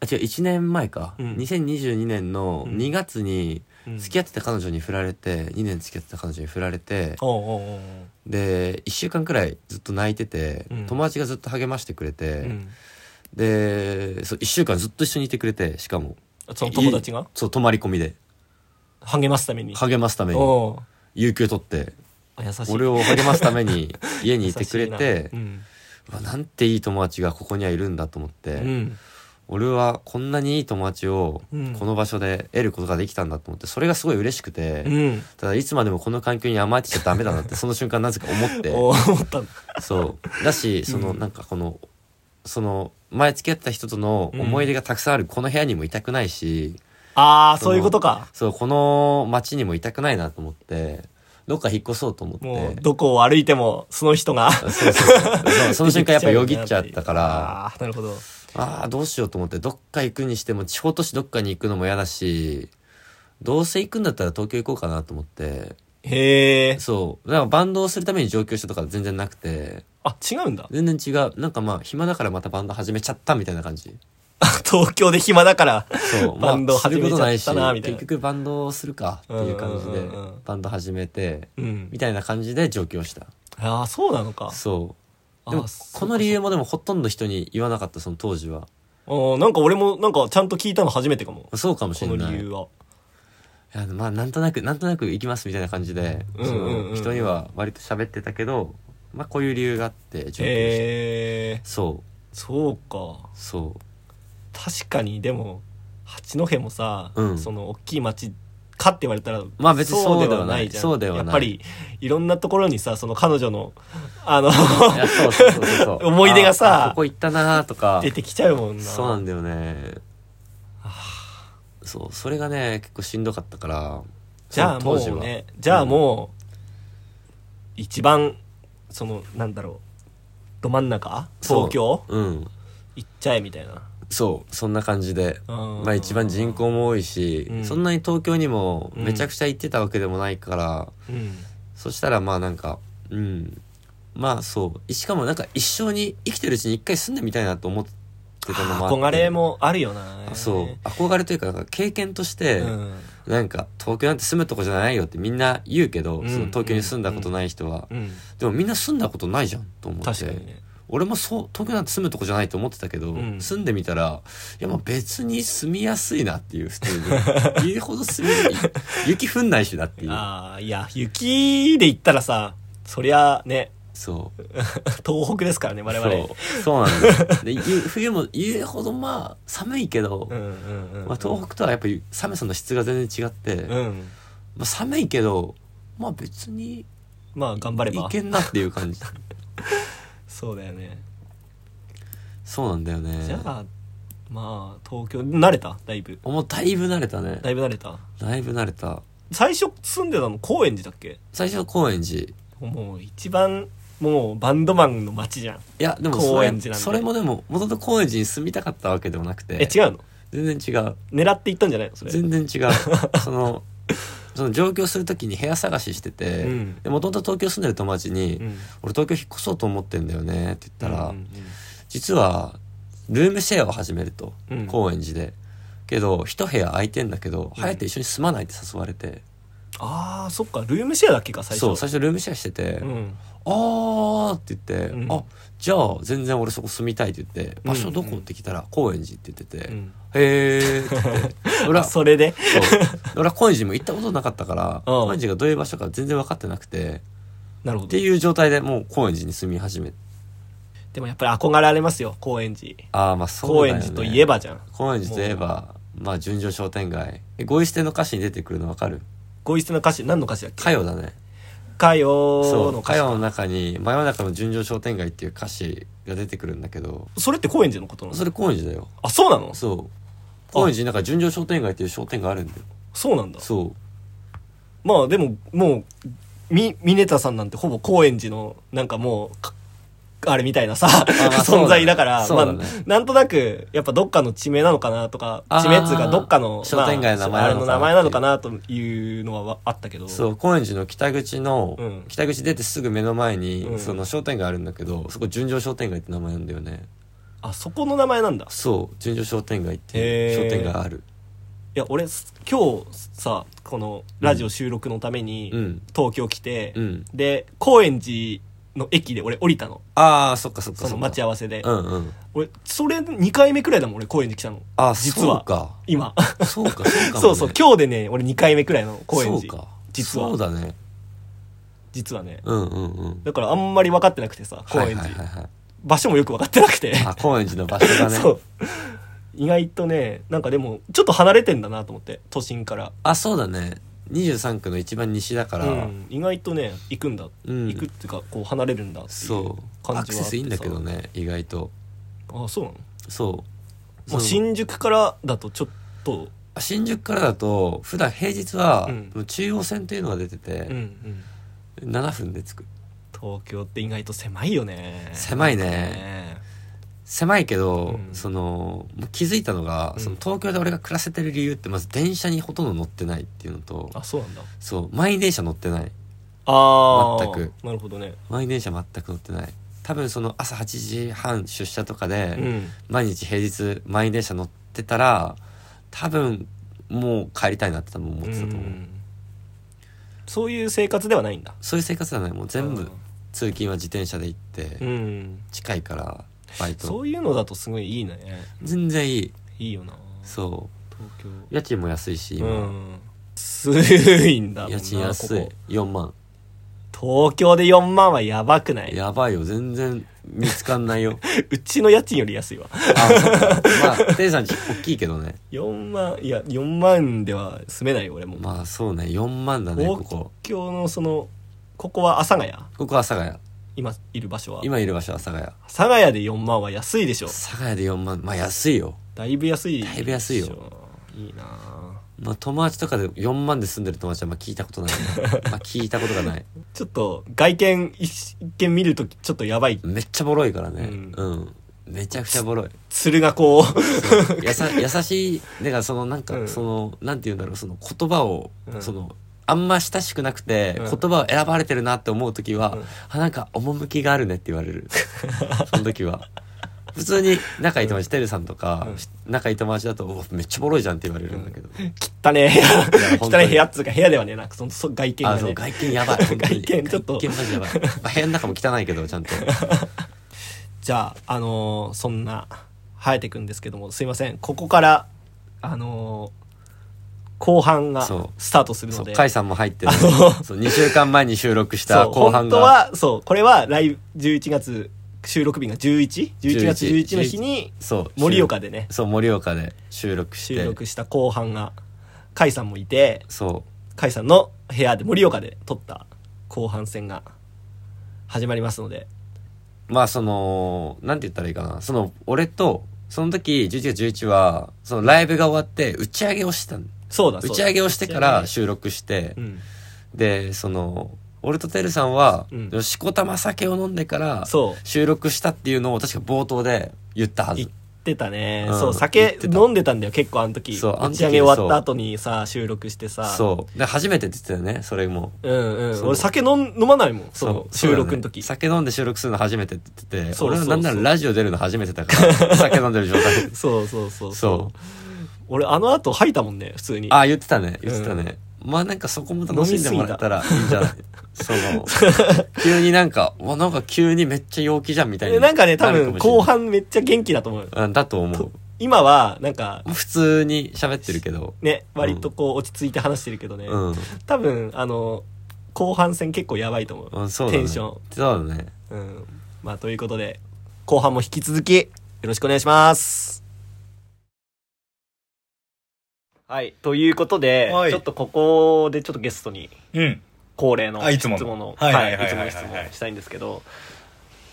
Speaker 2: あ違う1年前か、
Speaker 1: うん
Speaker 2: 2022年の
Speaker 1: うん
Speaker 2: 2月に
Speaker 1: うん
Speaker 2: 付き合ってた彼女に振られて2年付き合ってた彼女に振られて
Speaker 1: おうおうおう
Speaker 2: で1週間くらいずっと泣いてて、
Speaker 1: うん
Speaker 2: 友達がずっと励ましてくれて、
Speaker 1: おう、うん、
Speaker 2: でそう1週間ずっと一緒にいてくれてしかも
Speaker 1: その友達が
Speaker 2: そう泊まり込みで
Speaker 1: 励ますために
Speaker 2: 励ますために
Speaker 1: おう
Speaker 2: 有給取って
Speaker 1: あ優しい
Speaker 2: 俺を励ますために家に
Speaker 1: 優
Speaker 2: い
Speaker 1: して
Speaker 2: くれ
Speaker 1: な
Speaker 2: て
Speaker 1: う、ん
Speaker 2: うわなんていい友達がここにはいるんだと思って、
Speaker 1: うん
Speaker 2: 俺はこんなにいい友達を
Speaker 1: うん
Speaker 2: この場所で得ることができたんだと思ってそれがすごい嬉しくて、
Speaker 1: うん
Speaker 2: ただいつまでもこの環境に甘えてちゃダメだなっ てその瞬間なぜか思って
Speaker 1: おう思ったんだ
Speaker 2: そうだしそのなんかこのその前付き合ってた人との思い出がたくさんあるこの部屋にもいたくないし、
Speaker 1: ああ
Speaker 2: の
Speaker 1: そういうことか
Speaker 2: そうこの町にもいたくないなと思ってどっか引っ越そうと思って
Speaker 1: もうどこを歩いてもその人が
Speaker 2: そう そうそう そうその瞬間やっぱよぎっちゃったから
Speaker 1: ああーなるほど
Speaker 2: ああどうしようと思ってどっか行くにしても地方都市どっかに行くのも嫌だしどうせ行くんだったら東京行こうかなと思って
Speaker 1: へえ
Speaker 2: そうだからバンドをするために上京したとか全然なくて
Speaker 1: あ違うんだ
Speaker 2: 全然違うなんかまあ暇だからまたバンド始めちゃったみたいな感じ
Speaker 1: 東京で暇だから
Speaker 2: そう
Speaker 1: バンド
Speaker 2: まあすることないし
Speaker 1: 始めちゃったなみたいな
Speaker 2: 結局バンドをするかっていう感じ
Speaker 1: う
Speaker 2: で
Speaker 1: んうんうんうん
Speaker 2: バンド始めて
Speaker 1: うん
Speaker 2: みたいな感じで上京した
Speaker 1: ああそうなのか
Speaker 2: そう
Speaker 1: あ
Speaker 2: でも
Speaker 1: そう
Speaker 2: この理由もでもほとんど人に言わなかったその当時は
Speaker 1: おなんか俺もなんかちゃんと聞いたの初めてかも
Speaker 2: そうかもし
Speaker 1: こ
Speaker 2: れ
Speaker 1: の
Speaker 2: ない
Speaker 1: 理由は。
Speaker 2: いやまあなんとなくなんとなく行きますみたいな感じで、
Speaker 1: うんうんうんうん
Speaker 2: その人には割と喋ってたけど、まあ、こういう理由があって上京した、
Speaker 1: へえ
Speaker 2: そう
Speaker 1: そうか
Speaker 2: そ
Speaker 1: 確かにでも八戸もさ、
Speaker 2: うん
Speaker 1: その大きい町かって言われたら
Speaker 2: まあ別にそうではない
Speaker 1: じゃん
Speaker 2: そうではない
Speaker 1: やっぱりいろんなところにさその彼女のあの
Speaker 2: ういやそうそうそうそう
Speaker 1: 思い出がさ
Speaker 2: あここ行ったなーとか
Speaker 1: 出てきちゃうもんな
Speaker 2: そうなんだよねそうそれがね結構しんどかったから
Speaker 1: じゃあ
Speaker 2: そ
Speaker 1: も
Speaker 2: の当時
Speaker 1: う
Speaker 2: は
Speaker 1: ねじゃあもう、一番そのなんだろうど真ん中
Speaker 2: そう
Speaker 1: 東京
Speaker 2: うん
Speaker 1: 行っちゃえみたいな
Speaker 2: そうそんな感じで
Speaker 1: うん
Speaker 2: まあ一番人口も多いし、
Speaker 1: うん
Speaker 2: そんなに東京にも
Speaker 1: うん
Speaker 2: めちゃくちゃ行ってたわけでもないから、
Speaker 1: うん
Speaker 2: そしたらまあなんかうんまあそうしかもなんか一生に生きてるうちに一回住んでみたいなと思ってたのもあって
Speaker 1: 憧れもあるよな
Speaker 2: そう憧れというかなんか経験として、
Speaker 1: うん
Speaker 2: なんか東京なんて住むとこじゃないよってみんな言うけど、
Speaker 1: うん
Speaker 2: その東京に住んだことない人は、
Speaker 1: うん
Speaker 2: でもみんな住んだことないじゃんと思って
Speaker 1: 確かにね
Speaker 2: 俺もそう東京なんて住むとこじゃないと思ってたけど、
Speaker 1: うん
Speaker 2: 住んでみたらいやまあ別に住みやすいなっていう 普通に言うほど住みやすい雪降んないしだっていう
Speaker 1: ああいや雪で行ったらさそりゃね
Speaker 2: そう
Speaker 1: 東北ですからね我々
Speaker 2: そうそうなんですでゆ冬も言うほどまあ寒いけど、
Speaker 1: うんうんうん
Speaker 2: まあ、東北とはやっぱり寒さの質が全然違って、
Speaker 1: う
Speaker 2: ま
Speaker 1: ん
Speaker 2: あ、寒いけどまあ別に
Speaker 1: まあ頑張れ
Speaker 2: い
Speaker 1: ば
Speaker 2: けんなっていう 感じ
Speaker 1: そうだよね
Speaker 2: そうなんだよね
Speaker 1: じゃあまあ東京慣れただいぶ
Speaker 2: もうだいぶ慣れたね
Speaker 1: だいぶ慣れた
Speaker 2: だいぶ慣れた
Speaker 1: 最初住んでたの高円寺だっけ
Speaker 2: 最初は高円寺い
Speaker 1: もう一番もうバンドマンの街じゃん
Speaker 2: やでもそ
Speaker 1: 高
Speaker 2: れ
Speaker 1: 円寺なんで
Speaker 2: それもでももともと高円寺に住みたかったわけでもなくて
Speaker 1: え違うの
Speaker 2: 全然違う
Speaker 1: 狙って行ったんじゃないのそれ
Speaker 2: 全然違う そのその上京するときに部屋探ししてて
Speaker 1: うん
Speaker 2: もともと東京住んでる友達に、
Speaker 1: うん
Speaker 2: 俺東京引っ越そうと思ってんだよねって言ったら、
Speaker 1: うん
Speaker 2: 実はルームシェアを始めると、
Speaker 1: うん
Speaker 2: 高円寺でけど一部屋空いてんだけど隼人、一緒に住まないって誘われて
Speaker 1: ああそっかルームシェアだっけか最初
Speaker 2: そう最初ルームシェアしてて「
Speaker 1: うん
Speaker 2: あー」って言って「
Speaker 1: うん
Speaker 2: あじゃあ全然俺そこ住みたい」って言って「場所ど
Speaker 1: うん
Speaker 2: こ?」って来たら「高円寺」って言ってて「
Speaker 1: うん
Speaker 2: へー」って言って 俺
Speaker 1: あ
Speaker 2: は
Speaker 1: それで
Speaker 2: そう俺は高円寺も行ったことなかったから
Speaker 1: うん
Speaker 2: 高円寺がどういう場所か全然分かってなくて
Speaker 1: なるほ
Speaker 2: っ
Speaker 1: ど
Speaker 2: ていう状態でもう高円寺に住み始め
Speaker 1: でもやっぱり憧れられますよ高円寺
Speaker 2: ああまあそう
Speaker 1: 高
Speaker 2: だよ、
Speaker 1: 円
Speaker 2: ね、
Speaker 1: 寺といえ
Speaker 2: ば
Speaker 1: ばじゃん
Speaker 2: 高円寺といえばまあ純情商店街えゴイステの歌詞に出てくるの分かる
Speaker 1: ゴイステの歌詞何の歌詞だっけ
Speaker 2: 歌謡だね
Speaker 1: かよ
Speaker 2: そ
Speaker 1: ーの
Speaker 2: う
Speaker 1: 歌
Speaker 2: 歌
Speaker 1: 詞
Speaker 2: 謡の中に「真夜中の純情商店街」っていう歌詞が出てくるんだけど
Speaker 1: それって高円寺のことなの
Speaker 2: それ高円寺だよ
Speaker 1: あそうなの
Speaker 2: そう高円寺になんか純情商店街っていう商店街あるんだよ
Speaker 1: そうなんだ
Speaker 2: そう
Speaker 1: まあでももうみミネタさんなんてほぼ高円寺のなんかもうかあれみたいなさ、
Speaker 2: あまあそ
Speaker 1: 存
Speaker 2: うだね
Speaker 1: 在だから、
Speaker 2: そうだね
Speaker 1: まあ、なんとなく、やっぱどっかの地名なのかなとか、
Speaker 2: あー
Speaker 1: 地名っつうかどっかの、
Speaker 2: 商店街の名前なのかな
Speaker 1: あれの名前なのかなというのはあったけど、
Speaker 2: そう高円寺の北口の、
Speaker 1: うん
Speaker 2: 北口出てすぐ目の前に、
Speaker 1: うん
Speaker 2: その商店街あるんだけどそこ純情商店街って名前なんだよね
Speaker 1: あ、そこの名前なんだ。
Speaker 2: そう純情商店街っていう
Speaker 1: へー
Speaker 2: 商店街ある
Speaker 1: いや、俺、今日さ、このラジオ収録のために、
Speaker 2: うん
Speaker 1: 東京来て、
Speaker 2: うん
Speaker 1: で、高円寺の駅で俺降りたの。
Speaker 2: ああそっかそっか
Speaker 1: そ
Speaker 2: そ
Speaker 1: の
Speaker 2: っか
Speaker 1: 待ち合わせで。
Speaker 2: うんうん
Speaker 1: 俺、それ2回目くらいだもん、俺高円寺来たの。
Speaker 2: あー
Speaker 1: 実は
Speaker 2: そうか
Speaker 1: 今。
Speaker 2: そうかそうかもね
Speaker 1: そうそう、今日でね、俺2回目くらいの高円
Speaker 2: そう
Speaker 1: 寺
Speaker 2: か。
Speaker 1: 実は
Speaker 2: そうだね
Speaker 1: 実はね。
Speaker 2: うんうんうん
Speaker 1: だからあんまり分かってなくてさ、高円寺。
Speaker 2: はいはいはいはい
Speaker 1: 場所もよく分かってなくて。
Speaker 2: あ高円寺の場所が ね
Speaker 1: そう。意外とね、なんかでも、ちょっと離れてんだなと思って、都心から。
Speaker 2: あそうだね23区の一番西だから、
Speaker 1: うん、意外とね、行くんだ。
Speaker 2: うん
Speaker 1: 行くっていうか、こう離れるんだっていう感
Speaker 2: そ
Speaker 1: じ
Speaker 2: う
Speaker 1: はあ
Speaker 2: ア
Speaker 1: って
Speaker 2: ク
Speaker 1: さ
Speaker 2: セスいいんだけど。ね意外と
Speaker 1: あ、そうなの
Speaker 2: そう
Speaker 1: もう
Speaker 2: その
Speaker 1: 新宿からだとちょっと、
Speaker 2: 新宿からだと普段平日は
Speaker 1: うん
Speaker 2: もう中央線っていうのが出て
Speaker 1: うんう
Speaker 2: て、
Speaker 1: ん。
Speaker 2: 7分で着く
Speaker 1: 東京って意外と狭いよね。
Speaker 2: 狭いね
Speaker 1: ね
Speaker 2: 狭いけど、
Speaker 1: うん
Speaker 2: そのもう気づいたのが、
Speaker 1: うん
Speaker 2: その東京で俺が暮らせてる理由ってまず電車にほとんど乗ってないっていうのと
Speaker 1: あ、そうなんだ。
Speaker 2: そう満員電車乗ってない
Speaker 1: ああ。
Speaker 2: 全く
Speaker 1: なるほどね。
Speaker 2: 満員電車全く乗ってない多分その朝8時半出社とかで、
Speaker 1: うん。
Speaker 2: 毎日平日満員電車乗ってたら多分もう帰りたいなって多分思ってたと思う、
Speaker 1: うんそういう生活ではないんだ
Speaker 2: そういう生活じゃないもう全
Speaker 1: あ
Speaker 2: 部通勤は自転車で行って、
Speaker 1: ーうん
Speaker 2: 近いからバイ
Speaker 1: そ
Speaker 2: ト
Speaker 1: ういうのだとすごいいいね
Speaker 2: 全然いい
Speaker 1: いいよな
Speaker 2: そ
Speaker 1: 東
Speaker 2: う家賃も安いし
Speaker 1: 京う
Speaker 2: 今、
Speaker 1: ん安いんだもんな
Speaker 2: 家賃安い
Speaker 1: こ
Speaker 2: 4万
Speaker 1: こ東京で4万はやばくない
Speaker 2: やばいよ全然見つかんない よ
Speaker 1: うちの家賃より安いわ
Speaker 2: あそっかまあ店さんち大きいけどね
Speaker 1: 4万いや4万では住めないよ俺も、
Speaker 2: まあそうね4万だねこ
Speaker 1: 東
Speaker 2: こ
Speaker 1: 京のそのここは阿佐ヶ谷
Speaker 2: ここ阿佐ヶ谷
Speaker 1: 今いる場所は阿
Speaker 2: 今いる場所は阿佐ヶ谷阿
Speaker 1: 佐ヶ谷で4万は安いでしょ
Speaker 2: 佐ヶ谷で4万まあ安いよ
Speaker 1: だいぶ安いでしょ
Speaker 2: だいぶ安いよ
Speaker 1: いいな
Speaker 2: まあ、友達とかで4万で住んでる友達はまあ聞いたこ とないねまあ聞いたことがない
Speaker 1: ちょっと外見一一見見るときちょっとやばい
Speaker 2: めっちゃボロいからね
Speaker 1: うん
Speaker 2: うん、めちゃくちゃボロい
Speaker 1: 鶴がこ
Speaker 2: そうやさ 優しいだからそのなんか、
Speaker 1: うん
Speaker 2: そのなんて言うんだろうその言葉を、
Speaker 1: うん
Speaker 2: そのあんま親しくなくて、
Speaker 1: うん
Speaker 2: 言葉を選ばれてるなって思う時は、
Speaker 1: うん
Speaker 2: あなんか趣があるねって言わ れるその時は普通に仲いい友達てるさんとか、仲いい友達だとうわめっちゃボロいじゃんって言われるんだけど、
Speaker 1: う汚ねえ部
Speaker 2: や本当
Speaker 1: 屋汚
Speaker 2: に
Speaker 1: ねえ部屋っつうか部屋ではねえなそのそ外見
Speaker 2: あ
Speaker 1: が
Speaker 2: そう
Speaker 1: ね
Speaker 2: 外見やばい本当に
Speaker 1: 外見ちょっと
Speaker 2: 外見マジやばい、まあ、部屋の中も汚いけど ちゃんと
Speaker 1: じゃああのーそんな生えてくんですけどもすいませんここからあのー後半が
Speaker 2: そう
Speaker 1: スタートする
Speaker 2: そ
Speaker 1: の
Speaker 2: う
Speaker 1: で
Speaker 2: 甲斐さんも入ってる
Speaker 1: あそう
Speaker 2: そう2週間前に収録し
Speaker 1: そ
Speaker 2: た
Speaker 1: う
Speaker 2: 後半
Speaker 1: 本当
Speaker 2: が
Speaker 1: はそうこれは来11月収録日が 11?11 月11の日に
Speaker 2: そう
Speaker 1: 盛岡でね
Speaker 2: そう盛岡で収録して
Speaker 1: 収録した後半が甲斐さんもいて
Speaker 2: そ
Speaker 1: 甲斐さんの部屋で盛岡で撮った後半戦が始まりますので
Speaker 2: うまあそのなんて言ったらいいかなその俺とその時11月11はそのライブが終わって打ち上げをしたの
Speaker 1: そうだそう
Speaker 2: 打
Speaker 1: だ
Speaker 2: ち上げをしてから収録して、
Speaker 1: うん、
Speaker 2: でその俺とてるさんは、
Speaker 1: うん
Speaker 2: しこたま酒を飲んでから
Speaker 1: そう
Speaker 2: 収録したっていうのを確か冒頭で言ったは
Speaker 1: 言っ
Speaker 2: ず
Speaker 1: てたね、
Speaker 2: うん
Speaker 1: そう
Speaker 2: 言っ
Speaker 1: 酒
Speaker 2: てた
Speaker 1: 飲んでたんだよ結構あの時
Speaker 2: そうあ
Speaker 1: 打
Speaker 2: の時
Speaker 1: ち上げ終わった後にさ収録してさ
Speaker 2: そうで初めてって言ってたよねそれも
Speaker 1: うんうん
Speaker 2: そう
Speaker 1: 俺酒飲ん飲まないもんその
Speaker 2: そう
Speaker 1: 収録の時
Speaker 2: そうだね酒飲んで収録するの初めてって言ってて
Speaker 1: そうそうそう
Speaker 2: 俺はなんならラジオ出るの初めてだか ら酒飲んでる状態で
Speaker 1: そうそうそう
Speaker 2: そう
Speaker 1: 俺あの後吐いたもんね普通に
Speaker 2: ああ言ってたね言ってたね、まあなんかそこも楽しんでもらったらいいんじゃない その 急になんかわなんか急にめっちゃ陽気じゃんみたい
Speaker 1: え
Speaker 2: に
Speaker 1: なんかね多
Speaker 2: る
Speaker 1: 分
Speaker 2: もしれない
Speaker 1: 後半めっちゃ元気だと思う
Speaker 2: うんだと思
Speaker 1: 今はなんか
Speaker 2: う普通に喋ってるけど
Speaker 1: ね割とこう落ち着いて話してるけどね、
Speaker 2: うん、
Speaker 1: 多分あの後半戦結構やばいと思う、
Speaker 2: うん、そうだね
Speaker 1: テンション
Speaker 2: そうだね
Speaker 1: うんまあということで後半も引き続きよろしくお願いしますはいということで、
Speaker 4: はい
Speaker 1: ちょっとここでちょっとゲストに
Speaker 4: うん。
Speaker 1: 恒例の
Speaker 4: あいつもの
Speaker 1: は
Speaker 4: はいい
Speaker 1: は
Speaker 4: はいい
Speaker 1: はい
Speaker 4: はいい
Speaker 1: つ
Speaker 4: はい
Speaker 1: も
Speaker 4: は
Speaker 1: の質
Speaker 4: い
Speaker 1: 問をしたいんですけど、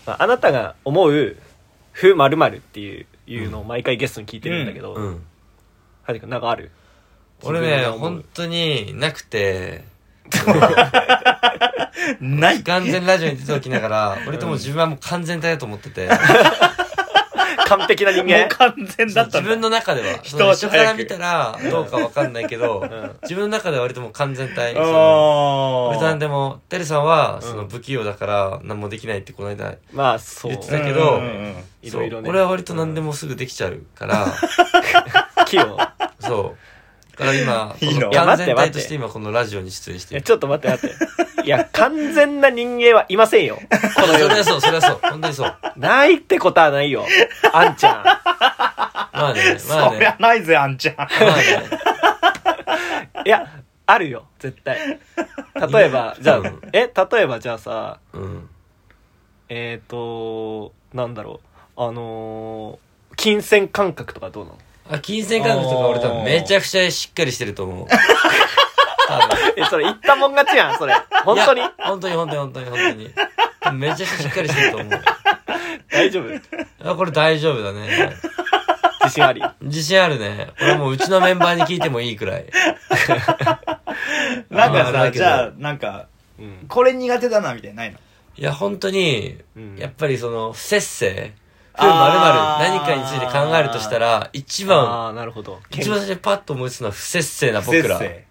Speaker 1: まあ、あなたが思う「ふまるまるっていういうのを毎回ゲストに聞いてるんだけど、
Speaker 2: うん
Speaker 1: はじくんなんかある
Speaker 2: 俺
Speaker 1: 自分
Speaker 2: ね
Speaker 1: が思う
Speaker 2: 本当になくて
Speaker 4: ない
Speaker 2: 完全ラジオに出ておきながら、俺ともう自分はもう完全体だと思ってて、
Speaker 1: 完璧な人
Speaker 4: もう
Speaker 1: 間
Speaker 4: 完全だっ
Speaker 2: 自
Speaker 4: たん
Speaker 2: 分
Speaker 4: だ。
Speaker 2: の中では、
Speaker 4: 人は
Speaker 2: その人から
Speaker 4: 早く
Speaker 2: 見たらどうかわかんないけど、自分の中では割ともう完全体。その
Speaker 4: あ
Speaker 2: 俺となん
Speaker 4: ー
Speaker 2: でも、てるさんは、その不器用だから何もできないってこの間
Speaker 1: まあそう
Speaker 2: 言ってたけど、
Speaker 4: うんうんうん
Speaker 1: いろいろね
Speaker 2: そう俺は割と何でもすぐできちゃうから、
Speaker 1: 器用
Speaker 2: そう。だから今、
Speaker 4: いいの
Speaker 1: い
Speaker 2: この完
Speaker 1: や待って
Speaker 2: 全
Speaker 1: 待って
Speaker 2: 体として今このラジオに出演し
Speaker 1: い
Speaker 2: てい
Speaker 1: や
Speaker 2: る。
Speaker 1: ちょっと待って待ってい や完全な人間はいませんよ
Speaker 2: それはそう、それはそう。本当にそう。
Speaker 1: ないってことはないよあんちゃ
Speaker 2: まあね、まあ
Speaker 4: そりゃ
Speaker 2: ね。
Speaker 4: ないぜ、あんちゃん。
Speaker 2: まあね。
Speaker 1: んいやあるよ絶対例えばじゃあ
Speaker 2: うん
Speaker 1: え例えばじゃあさ
Speaker 2: うん。
Speaker 1: えっ、となんだろうあのー金銭感覚とかどうなの
Speaker 2: あ、金銭感覚とか俺多分めちゃくちゃしっかりしてると思う。多分。
Speaker 1: えそれ言ったもん勝ちやんそれ本当に
Speaker 2: いや本当に本当に本当に本当に。めちゃくちゃしっかりしてると思う。
Speaker 1: 大丈夫
Speaker 2: あこれ大丈夫だね。
Speaker 1: 自信あり
Speaker 2: 自信あるね。俺もううちのメンバーに聞いてもいいくらい。あ
Speaker 4: なんか
Speaker 2: ーだ
Speaker 4: さ、
Speaker 2: けど
Speaker 4: じゃあ、なんか、
Speaker 1: うん
Speaker 4: これ苦手だな、みたいな、ないの
Speaker 2: いや、本当に
Speaker 1: うん、
Speaker 2: やっぱりその、不節制。ふ、まる
Speaker 4: あー
Speaker 2: 何かについて考えるとしたら、一番、
Speaker 1: ああなるほど
Speaker 2: 一番最初にパッと思いつくのは不節制な僕ら
Speaker 4: 不。摂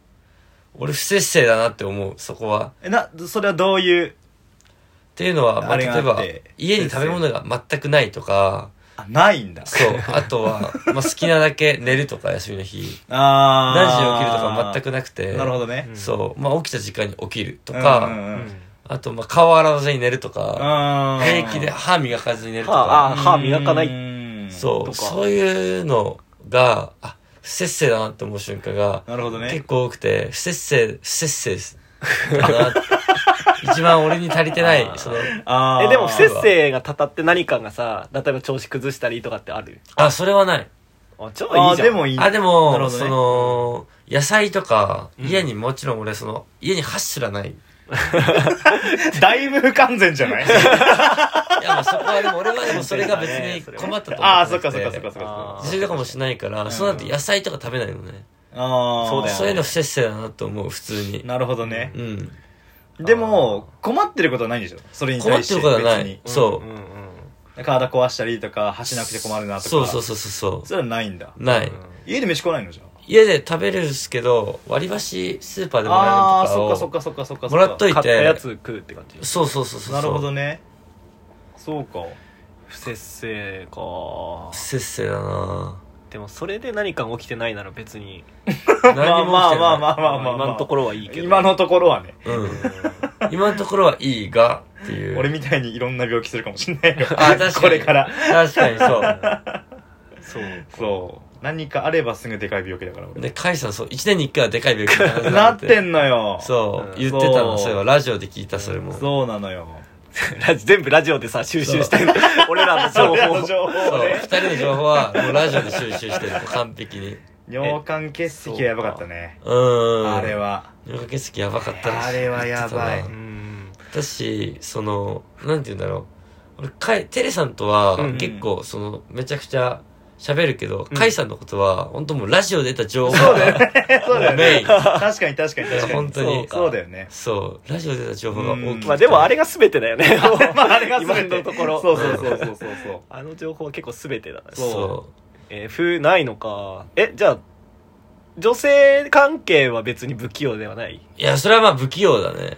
Speaker 2: 俺不節制だなって思う、そこは。
Speaker 4: 生えな、それはどういう、
Speaker 2: っていうのは、まあ、
Speaker 4: あれ
Speaker 2: 例
Speaker 4: があ
Speaker 2: え
Speaker 4: っ
Speaker 2: ば
Speaker 4: て、
Speaker 2: 家に食べ物が全くないとか、
Speaker 4: あ、ないんだ。
Speaker 2: そう、あとは、まあ、好きなだけ寝るとか、休みの日。
Speaker 4: あー
Speaker 2: 何時に起きるとか全くなくて。
Speaker 4: なるほどね。
Speaker 2: そう、まあ、起きた時間に起きると
Speaker 4: うんうん
Speaker 2: か、
Speaker 4: うん
Speaker 2: あと、まあ、顔洗わずに寝るとか、
Speaker 4: あー
Speaker 2: 平気で歯磨かずに寝ると
Speaker 1: はあ
Speaker 2: か、
Speaker 1: あ歯磨かな
Speaker 4: う
Speaker 1: い
Speaker 4: ーん
Speaker 2: そ
Speaker 1: と
Speaker 2: う、
Speaker 1: か
Speaker 2: そういうのが、あ、不節制だなって思う瞬間が、
Speaker 4: なるほどね
Speaker 2: 結構多くて、不節制、不節制です。だな 一番俺に足りてない
Speaker 1: あ、ー
Speaker 2: その、
Speaker 4: あー
Speaker 1: えでも不節制がたたって何かがさ例えば調子崩したりとかってある
Speaker 2: あ、それはない。
Speaker 1: あ超
Speaker 4: あ
Speaker 1: いい
Speaker 4: あ
Speaker 1: じゃん
Speaker 4: でもいい
Speaker 2: あ、で
Speaker 4: なる
Speaker 2: も、
Speaker 4: ほどね
Speaker 2: その、野菜とか、家にもちろん俺、その、家に箸すらない。い
Speaker 4: だいぶ不完全じゃ ない
Speaker 2: や、まあそこはでも俺はでもそれが別に困ったと思ってなくて。
Speaker 4: あ あそっかそっかそっかそっ
Speaker 1: あー
Speaker 4: か
Speaker 2: 自炊とかもしないから、
Speaker 4: ん
Speaker 2: そうなると野菜とか食べないのね。
Speaker 4: ああ
Speaker 1: そうだよね
Speaker 2: そういうの不節制だなと思う、普通に。
Speaker 4: なるほどね
Speaker 2: うん。
Speaker 4: でも困ってることはないんでしょそれに
Speaker 2: 困
Speaker 4: 対
Speaker 2: っ
Speaker 4: してて
Speaker 2: ることはな
Speaker 4: 別に
Speaker 2: い。そ
Speaker 1: うんうんうん
Speaker 4: 体壊したりとか箸なくて困るな
Speaker 2: う。
Speaker 4: とか
Speaker 2: そうそうそうそうそ
Speaker 4: それはないんだ
Speaker 2: う。ない。
Speaker 4: 家で飯来ないのじゃん
Speaker 2: 家で食べるんですけど、割り箸スーパーでもら
Speaker 4: あ
Speaker 2: え
Speaker 4: あ
Speaker 2: るとか
Speaker 4: そっ
Speaker 2: を。
Speaker 4: かそっかそっかそっか
Speaker 2: もらっとい
Speaker 1: 買ったやつ
Speaker 2: て。
Speaker 1: 食うって感じ
Speaker 2: そうそうそうそう。
Speaker 4: なるほど。ねそうか
Speaker 1: 不節制か
Speaker 2: 不節制 だな
Speaker 1: でもそれで何かが起きてないなら別に
Speaker 4: ま
Speaker 2: 何
Speaker 4: あ
Speaker 2: にも起きて
Speaker 4: まあ
Speaker 2: ない。
Speaker 4: まあまあまあまあ
Speaker 1: 今のところはいいけど
Speaker 4: 今のところはね
Speaker 2: うん。今のところはいいが、っていう。
Speaker 4: 俺みたいにいろんな病気するかもしんないよ
Speaker 2: あ、確かに。
Speaker 4: これから。
Speaker 2: 確かにそう。
Speaker 1: そう
Speaker 4: そう何かあればすぐでかい病気だから俺
Speaker 2: で、カイさん、そう、一年に一回はでかい病気になるんだ
Speaker 4: なってんのよ
Speaker 2: そう
Speaker 1: う、ん
Speaker 2: 言ってたの、
Speaker 4: そう
Speaker 2: それはラジオで聞いた、それも。
Speaker 4: そうなのよ
Speaker 1: ラジ全部ラジオでさ収集してる俺らの情
Speaker 4: 俺
Speaker 1: 報
Speaker 4: の情報
Speaker 2: そう、
Speaker 4: ね
Speaker 2: 二人の情報は、もうラジオで収集してる、完璧に。
Speaker 4: 尿管結石はやばかったね
Speaker 2: うーん。
Speaker 4: あれ。は
Speaker 2: 夜景色やばかったらしい
Speaker 4: あれはやばい
Speaker 2: 言ってた
Speaker 1: う
Speaker 2: なんだし、その、なんて言うんだろう。俺、かい、テレさんとは
Speaker 1: うんうん、
Speaker 2: 結構、その、めちゃくちゃ、喋るけど、
Speaker 1: うん
Speaker 2: カイさんのことは、本当もうラジオで得た情報が、
Speaker 4: そうだよ
Speaker 2: メ
Speaker 4: ね
Speaker 2: イン
Speaker 4: 確かに確かに確かに
Speaker 2: 本当に
Speaker 4: そうそうだよね
Speaker 2: そう、ラジオで得た情報が大きくて
Speaker 1: まあでもあれが全てだよ ね
Speaker 4: まああれが全
Speaker 1: 今
Speaker 4: て
Speaker 1: のところ
Speaker 4: そうそうそうそうそう そう
Speaker 1: あの情報は結構全てだね
Speaker 2: そ。
Speaker 1: えー、風ないのかえじゃあ女性関係は別に不器用ではないう
Speaker 2: いや、それはまあ不器用だね。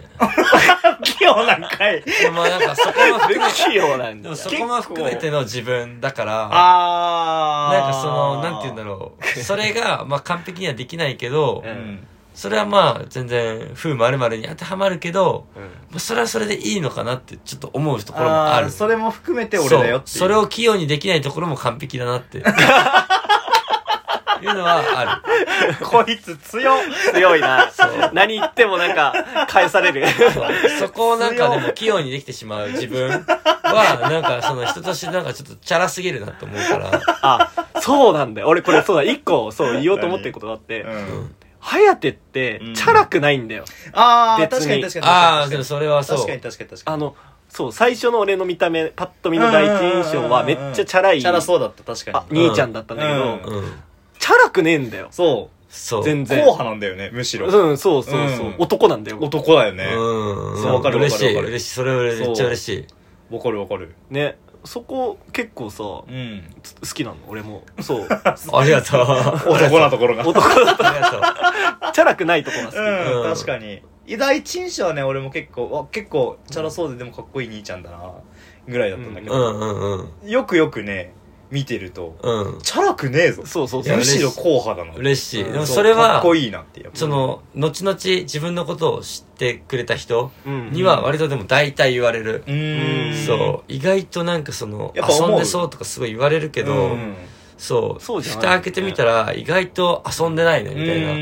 Speaker 4: 器用なんかい
Speaker 2: でもまあなんか、そこも
Speaker 1: 不
Speaker 2: 含め、
Speaker 1: 器用 なん
Speaker 2: で
Speaker 1: だ
Speaker 2: もそこも含めての自分だから、
Speaker 4: あー
Speaker 2: なんかその、なんて言うんだろう。それが、まあ完璧にはできないけど
Speaker 1: う、
Speaker 4: うん
Speaker 2: それはまあ全然、風まるに当てはまるけど、
Speaker 1: うん
Speaker 2: まあそれはそれでいいのかなってちょっと思うところもあ
Speaker 4: あ
Speaker 2: る。
Speaker 4: ーそれも含めて俺だよって
Speaker 2: そ
Speaker 4: いう
Speaker 2: うそれを器用にできないところも完璧だなって。いうのはある。
Speaker 4: こいつ強っ
Speaker 1: 強いな
Speaker 2: そう
Speaker 1: 何言ってもなんか返される
Speaker 2: そうそこをなんかでも器用にできてしまう自分は、なんかその人としてなんかちょっとチャラすぎるなと思うから。
Speaker 1: あそうなんだよ俺これそうだ一個そう言おうと思ってることがあって
Speaker 2: うん、
Speaker 1: 颯って
Speaker 4: うん
Speaker 1: チャラくないんだよ
Speaker 4: ああ
Speaker 1: 別
Speaker 4: 確か
Speaker 1: に
Speaker 4: に確かに
Speaker 2: ああ、で
Speaker 4: 確
Speaker 2: も
Speaker 4: かに
Speaker 2: それはそう。
Speaker 4: 確かに確かに確か
Speaker 1: あ
Speaker 4: に
Speaker 1: のそう最初の俺の見た目パッと見の第一印象はめっちゃチャラい
Speaker 4: チャラそうだった確かに
Speaker 1: あ兄ちゃんだったんだけど、
Speaker 4: うん
Speaker 2: うん。
Speaker 1: チャラくねえんだよ
Speaker 4: そう。
Speaker 5: そう
Speaker 1: 全
Speaker 4: 硬
Speaker 1: 然
Speaker 4: 派なんだよね、むしろ。
Speaker 1: うんそうそうそう、
Speaker 4: うん
Speaker 1: 男なんだよ
Speaker 4: 男だよね。
Speaker 1: ん
Speaker 4: そうわかるわかる
Speaker 2: 嬉しい
Speaker 4: わかる
Speaker 2: 嬉しいそれはめっちゃ嬉しい
Speaker 4: わかるわかる。
Speaker 1: ねそこ結構さ
Speaker 4: うん。
Speaker 1: つ好きなの俺もそう
Speaker 2: ありがとうあ
Speaker 4: 男なところが。うん、
Speaker 1: 男チ
Speaker 2: りがとう
Speaker 1: ャラくないとこが好き、
Speaker 2: うん
Speaker 4: 確かに。い第一印象はね、俺も結構、わ結構、チャラそうで、でもかっこいい兄ちゃんだな、ぐらいだったんだけ
Speaker 2: う
Speaker 4: ど、
Speaker 2: んうんうん
Speaker 4: よくよくね、見てると、
Speaker 2: うん
Speaker 4: チャラくねえぞ。
Speaker 1: そうそう
Speaker 2: い
Speaker 1: そう
Speaker 2: や
Speaker 4: むしろ硬派だな。
Speaker 2: 嬉しい
Speaker 1: うん
Speaker 2: でも
Speaker 4: そう
Speaker 2: それ
Speaker 4: か
Speaker 2: は
Speaker 4: っこいいなってやっぱ
Speaker 2: その後々自分のことを知ってくれた人
Speaker 1: うん
Speaker 2: には割とでも大体言われる
Speaker 4: う、ーん。
Speaker 2: そう意外となんかその
Speaker 4: やっぱ思う
Speaker 2: 遊んでそうとかすごい言われるけど、
Speaker 4: うん
Speaker 2: そう
Speaker 1: そうじゃない
Speaker 2: 蓋開けてみたら意外と遊んでないねみたいな、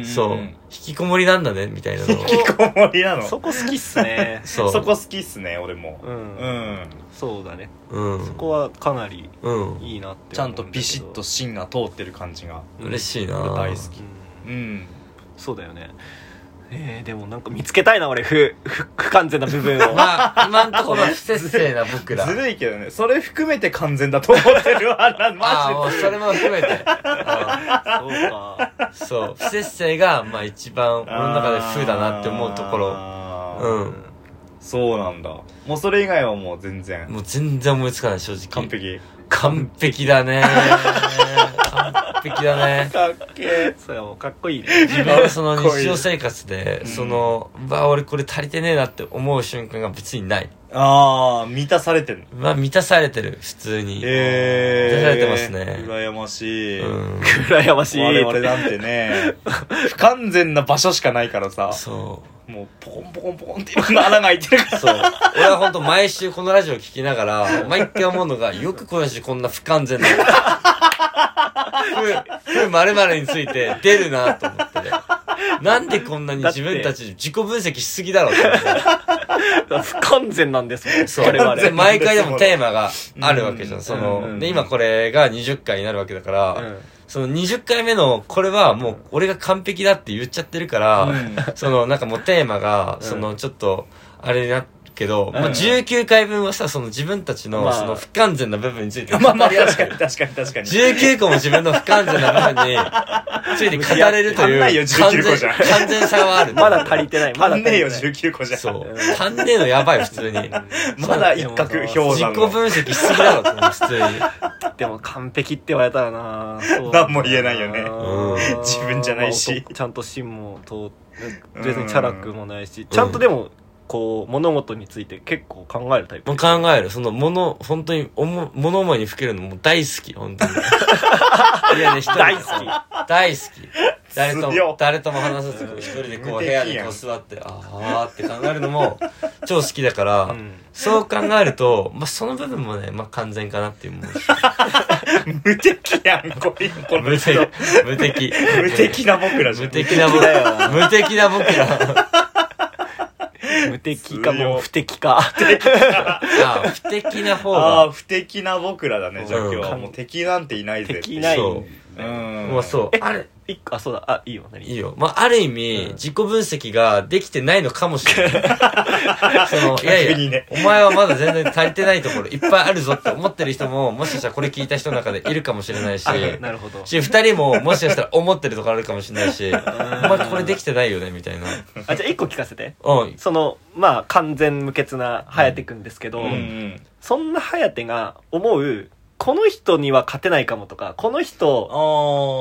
Speaker 4: な
Speaker 2: そう引きこもりなんだねみたいなのを
Speaker 4: 引きこもりなの
Speaker 1: そ
Speaker 4: そ
Speaker 1: こ好きっすね
Speaker 2: そう
Speaker 4: こ好きっすね俺も
Speaker 1: う、
Speaker 4: うんん
Speaker 1: そうだね
Speaker 2: うん
Speaker 1: そこはかなり
Speaker 2: うん
Speaker 1: いいなって
Speaker 4: ちゃんとビシッと芯が通ってる感じが
Speaker 2: 嬉しいな
Speaker 4: 俺大
Speaker 1: き、
Speaker 4: 好う
Speaker 1: うん
Speaker 4: ん
Speaker 1: そうだよねえー、でもなんか見つけたいな俺不不不完全な部分を
Speaker 2: まあ今んところ不節制な僕ら
Speaker 4: ずるいけどねそれ含めて完全だと思ってるわな
Speaker 2: ああも
Speaker 4: マ
Speaker 2: うそれも含めてあ
Speaker 1: そうか
Speaker 2: あそう不節制がまあ一番
Speaker 4: ジ
Speaker 2: 俺
Speaker 4: で
Speaker 2: の中で不だなって思うところ
Speaker 4: ろ
Speaker 2: うん
Speaker 4: そうなんだもうそれ以外はもう全然
Speaker 2: もう全然思いつかない正直
Speaker 4: 完璧
Speaker 2: 完璧だね完璧だね
Speaker 4: かっけえ
Speaker 1: それはもうかっこいいね
Speaker 2: 自分のその
Speaker 4: かっこいい
Speaker 2: 日常生活で
Speaker 4: うん
Speaker 2: そのうわ俺これ足りてねえなって思う瞬間が別にない
Speaker 4: ああ満たされてる
Speaker 2: まあ満たされてる普通に
Speaker 4: ええ
Speaker 2: 満たされてますね
Speaker 4: 羨ましい
Speaker 2: うん
Speaker 1: 羨ましい
Speaker 4: 我々なんてね不完全な場所しかないからさ
Speaker 2: そう
Speaker 4: もうポコンポコンポコンっていろんな穴が開いてるから
Speaker 2: そう。俺は本当毎週このラジオ聞きながら、毎回思うの が、よくこの人こんな不完全な。ふ、ふ〇〇について出るなと思って。なんでこんなに自分たち自己分析しすぎだろうって思って。
Speaker 1: 不完全なんですもん
Speaker 2: そう。
Speaker 1: 我々
Speaker 2: で毎回でもテーマがあるわけじゃ。
Speaker 4: うんん
Speaker 2: そ
Speaker 4: うん
Speaker 2: の、で、今これが20回になるわけだから、その20回目の、これはもう俺が完璧だって言っちゃってるから、
Speaker 4: うん
Speaker 2: そのなんかもうテーマが、
Speaker 1: うん
Speaker 2: そのちょっと、あれになるけど、ま
Speaker 4: う
Speaker 2: あ、
Speaker 4: ん
Speaker 2: 19回分はさ、その自分たち
Speaker 1: ま
Speaker 2: の
Speaker 1: あ
Speaker 2: その不完全な部分につ いて語り
Speaker 4: ま
Speaker 2: 合
Speaker 4: あまあ確か
Speaker 2: う
Speaker 4: に。確かに確かに
Speaker 2: 19個も自分の不完全な部分について語れ ると
Speaker 4: 足んない
Speaker 2: い
Speaker 4: よ
Speaker 2: う
Speaker 4: 19
Speaker 2: 完全
Speaker 4: 個じゃん
Speaker 2: 完全さはあ る。
Speaker 1: まだ足りてないまだ足
Speaker 4: 足
Speaker 1: りて
Speaker 4: んね
Speaker 1: な
Speaker 4: え
Speaker 1: い
Speaker 4: よ19個じゃ
Speaker 2: そう。足んねえのやばい、普通に。
Speaker 4: まだ一角
Speaker 1: でもさ
Speaker 4: 氷
Speaker 2: 自
Speaker 4: 山
Speaker 2: 己分
Speaker 4: の
Speaker 2: 析しすぎだろと思う、普通に。
Speaker 1: でも完璧って言われたらなそう
Speaker 4: 何も言えないよね
Speaker 2: うん
Speaker 4: 自分じゃないし
Speaker 1: まあおとちゃんと芯も通って
Speaker 4: うん
Speaker 1: 別にチャラくもないしちゃんとでもこう物事について結構考えるタイプ
Speaker 2: もう考える。その、もの、本当に、おも、物思いにふけるのも大好き、本当に。いやね、一人で
Speaker 1: 大好き
Speaker 2: 大好き。誰と
Speaker 4: 強っ
Speaker 2: も、誰とも話さず、こう一人でこう、部屋にこう座って、あーって考えるのも、超好きだから、
Speaker 1: うん
Speaker 2: そう考えると、まあ、その部分もね、まあ、完全かなって思うし。
Speaker 4: 無敵やんこれこの
Speaker 2: 無敵
Speaker 4: 人、
Speaker 2: 無敵。
Speaker 4: 無敵な僕らじゃ
Speaker 2: 無
Speaker 4: ん
Speaker 2: 敵な僕ら。無敵な僕ら。
Speaker 1: 無敵か
Speaker 4: 強
Speaker 1: もう不敵か
Speaker 2: あー不敵な方
Speaker 4: あ
Speaker 2: が、
Speaker 4: あ不敵な僕らだねじゃあ
Speaker 2: う
Speaker 4: 今
Speaker 2: ん
Speaker 4: 日はもう敵なんていないぜ
Speaker 1: 敵ない
Speaker 2: そ
Speaker 4: うん
Speaker 2: もうそう。
Speaker 1: え
Speaker 2: あれ、
Speaker 1: 一個あそうだあいいよ何
Speaker 2: いいよ。まあ、ある意味、自己分析ができてないのかもしれ ない。その、いや
Speaker 4: 逆
Speaker 2: い
Speaker 4: に
Speaker 2: や、
Speaker 4: ね
Speaker 2: お前はまだ全然足りてないところいっぱいあるぞって思ってる人も、もしかしたらこれ聞いた人の中でいるかもしれないし、
Speaker 1: あなるほど
Speaker 2: し、二人ももしかしたら思ってるところあるかもしれないし、お前これできてないよね、みたいな。
Speaker 1: あじゃあ一個聞かせて
Speaker 2: うん。
Speaker 1: そのまあ完全無欠な颯くんですけど、
Speaker 4: うんうん
Speaker 1: そんな颯が思うこの人には勝てないかもとかこの人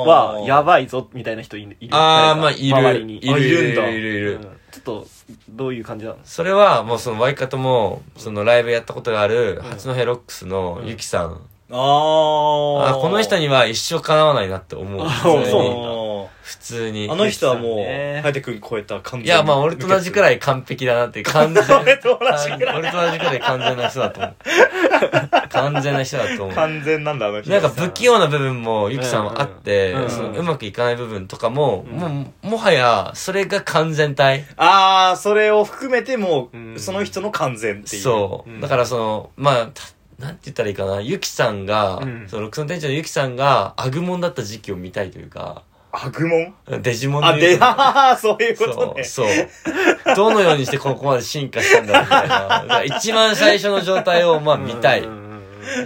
Speaker 4: は
Speaker 1: はやばいぞみたいな人いるいる
Speaker 2: ああ、
Speaker 1: 誰か
Speaker 2: まあ、い
Speaker 1: 周
Speaker 2: る。
Speaker 1: りに
Speaker 2: いる、いる、いる、
Speaker 4: あいるんだ
Speaker 2: いる。
Speaker 1: うんちょっとどういう感じなの
Speaker 2: それは、もうその、ワイカトも、その、ライブやったことがある、八戸ロックスの
Speaker 1: うん
Speaker 2: ゆきさん。
Speaker 4: あー
Speaker 2: あ、この人には一生かなわないなって思う。
Speaker 1: あ
Speaker 2: 普通
Speaker 1: そう
Speaker 2: に
Speaker 1: なんだ。
Speaker 2: 普通に。
Speaker 4: あの人はもう、
Speaker 1: ね
Speaker 4: ハヤテ君超えた完全
Speaker 2: いや、まあ俺と同じくら
Speaker 4: い。
Speaker 2: い完璧だなって、完全。
Speaker 4: 俺と同じくらい。
Speaker 2: 俺と同じくらい完全な人だと思う。完全な人だと思う。
Speaker 4: 完全なんだ、あの人。
Speaker 2: なんか不器用な部分もゆきさんはあって、
Speaker 1: うんうんうん
Speaker 2: そのうまくいかない部分とかも、
Speaker 1: うん
Speaker 2: もう、もはや、それが完全体。
Speaker 4: あー、それを含めてもう、
Speaker 1: うん
Speaker 4: その人の完全っていう。
Speaker 2: そう、
Speaker 1: うん
Speaker 2: だからその、まあ、たなんて言ったらいいかな。ゆきさんが、
Speaker 1: うん
Speaker 2: その、ロックソン店長のゆきさんが、アグモンだった時期を見たいというか、
Speaker 4: あ、愚問
Speaker 2: デジモン
Speaker 4: あ、
Speaker 2: で言
Speaker 4: で、
Speaker 2: うと
Speaker 4: あー、そういうことね。
Speaker 2: そう、そう。どのようにしてここまで進化したんだろうみたいな。だから一番最初の状態を、まあ、見たい。
Speaker 1: うんうんうんうん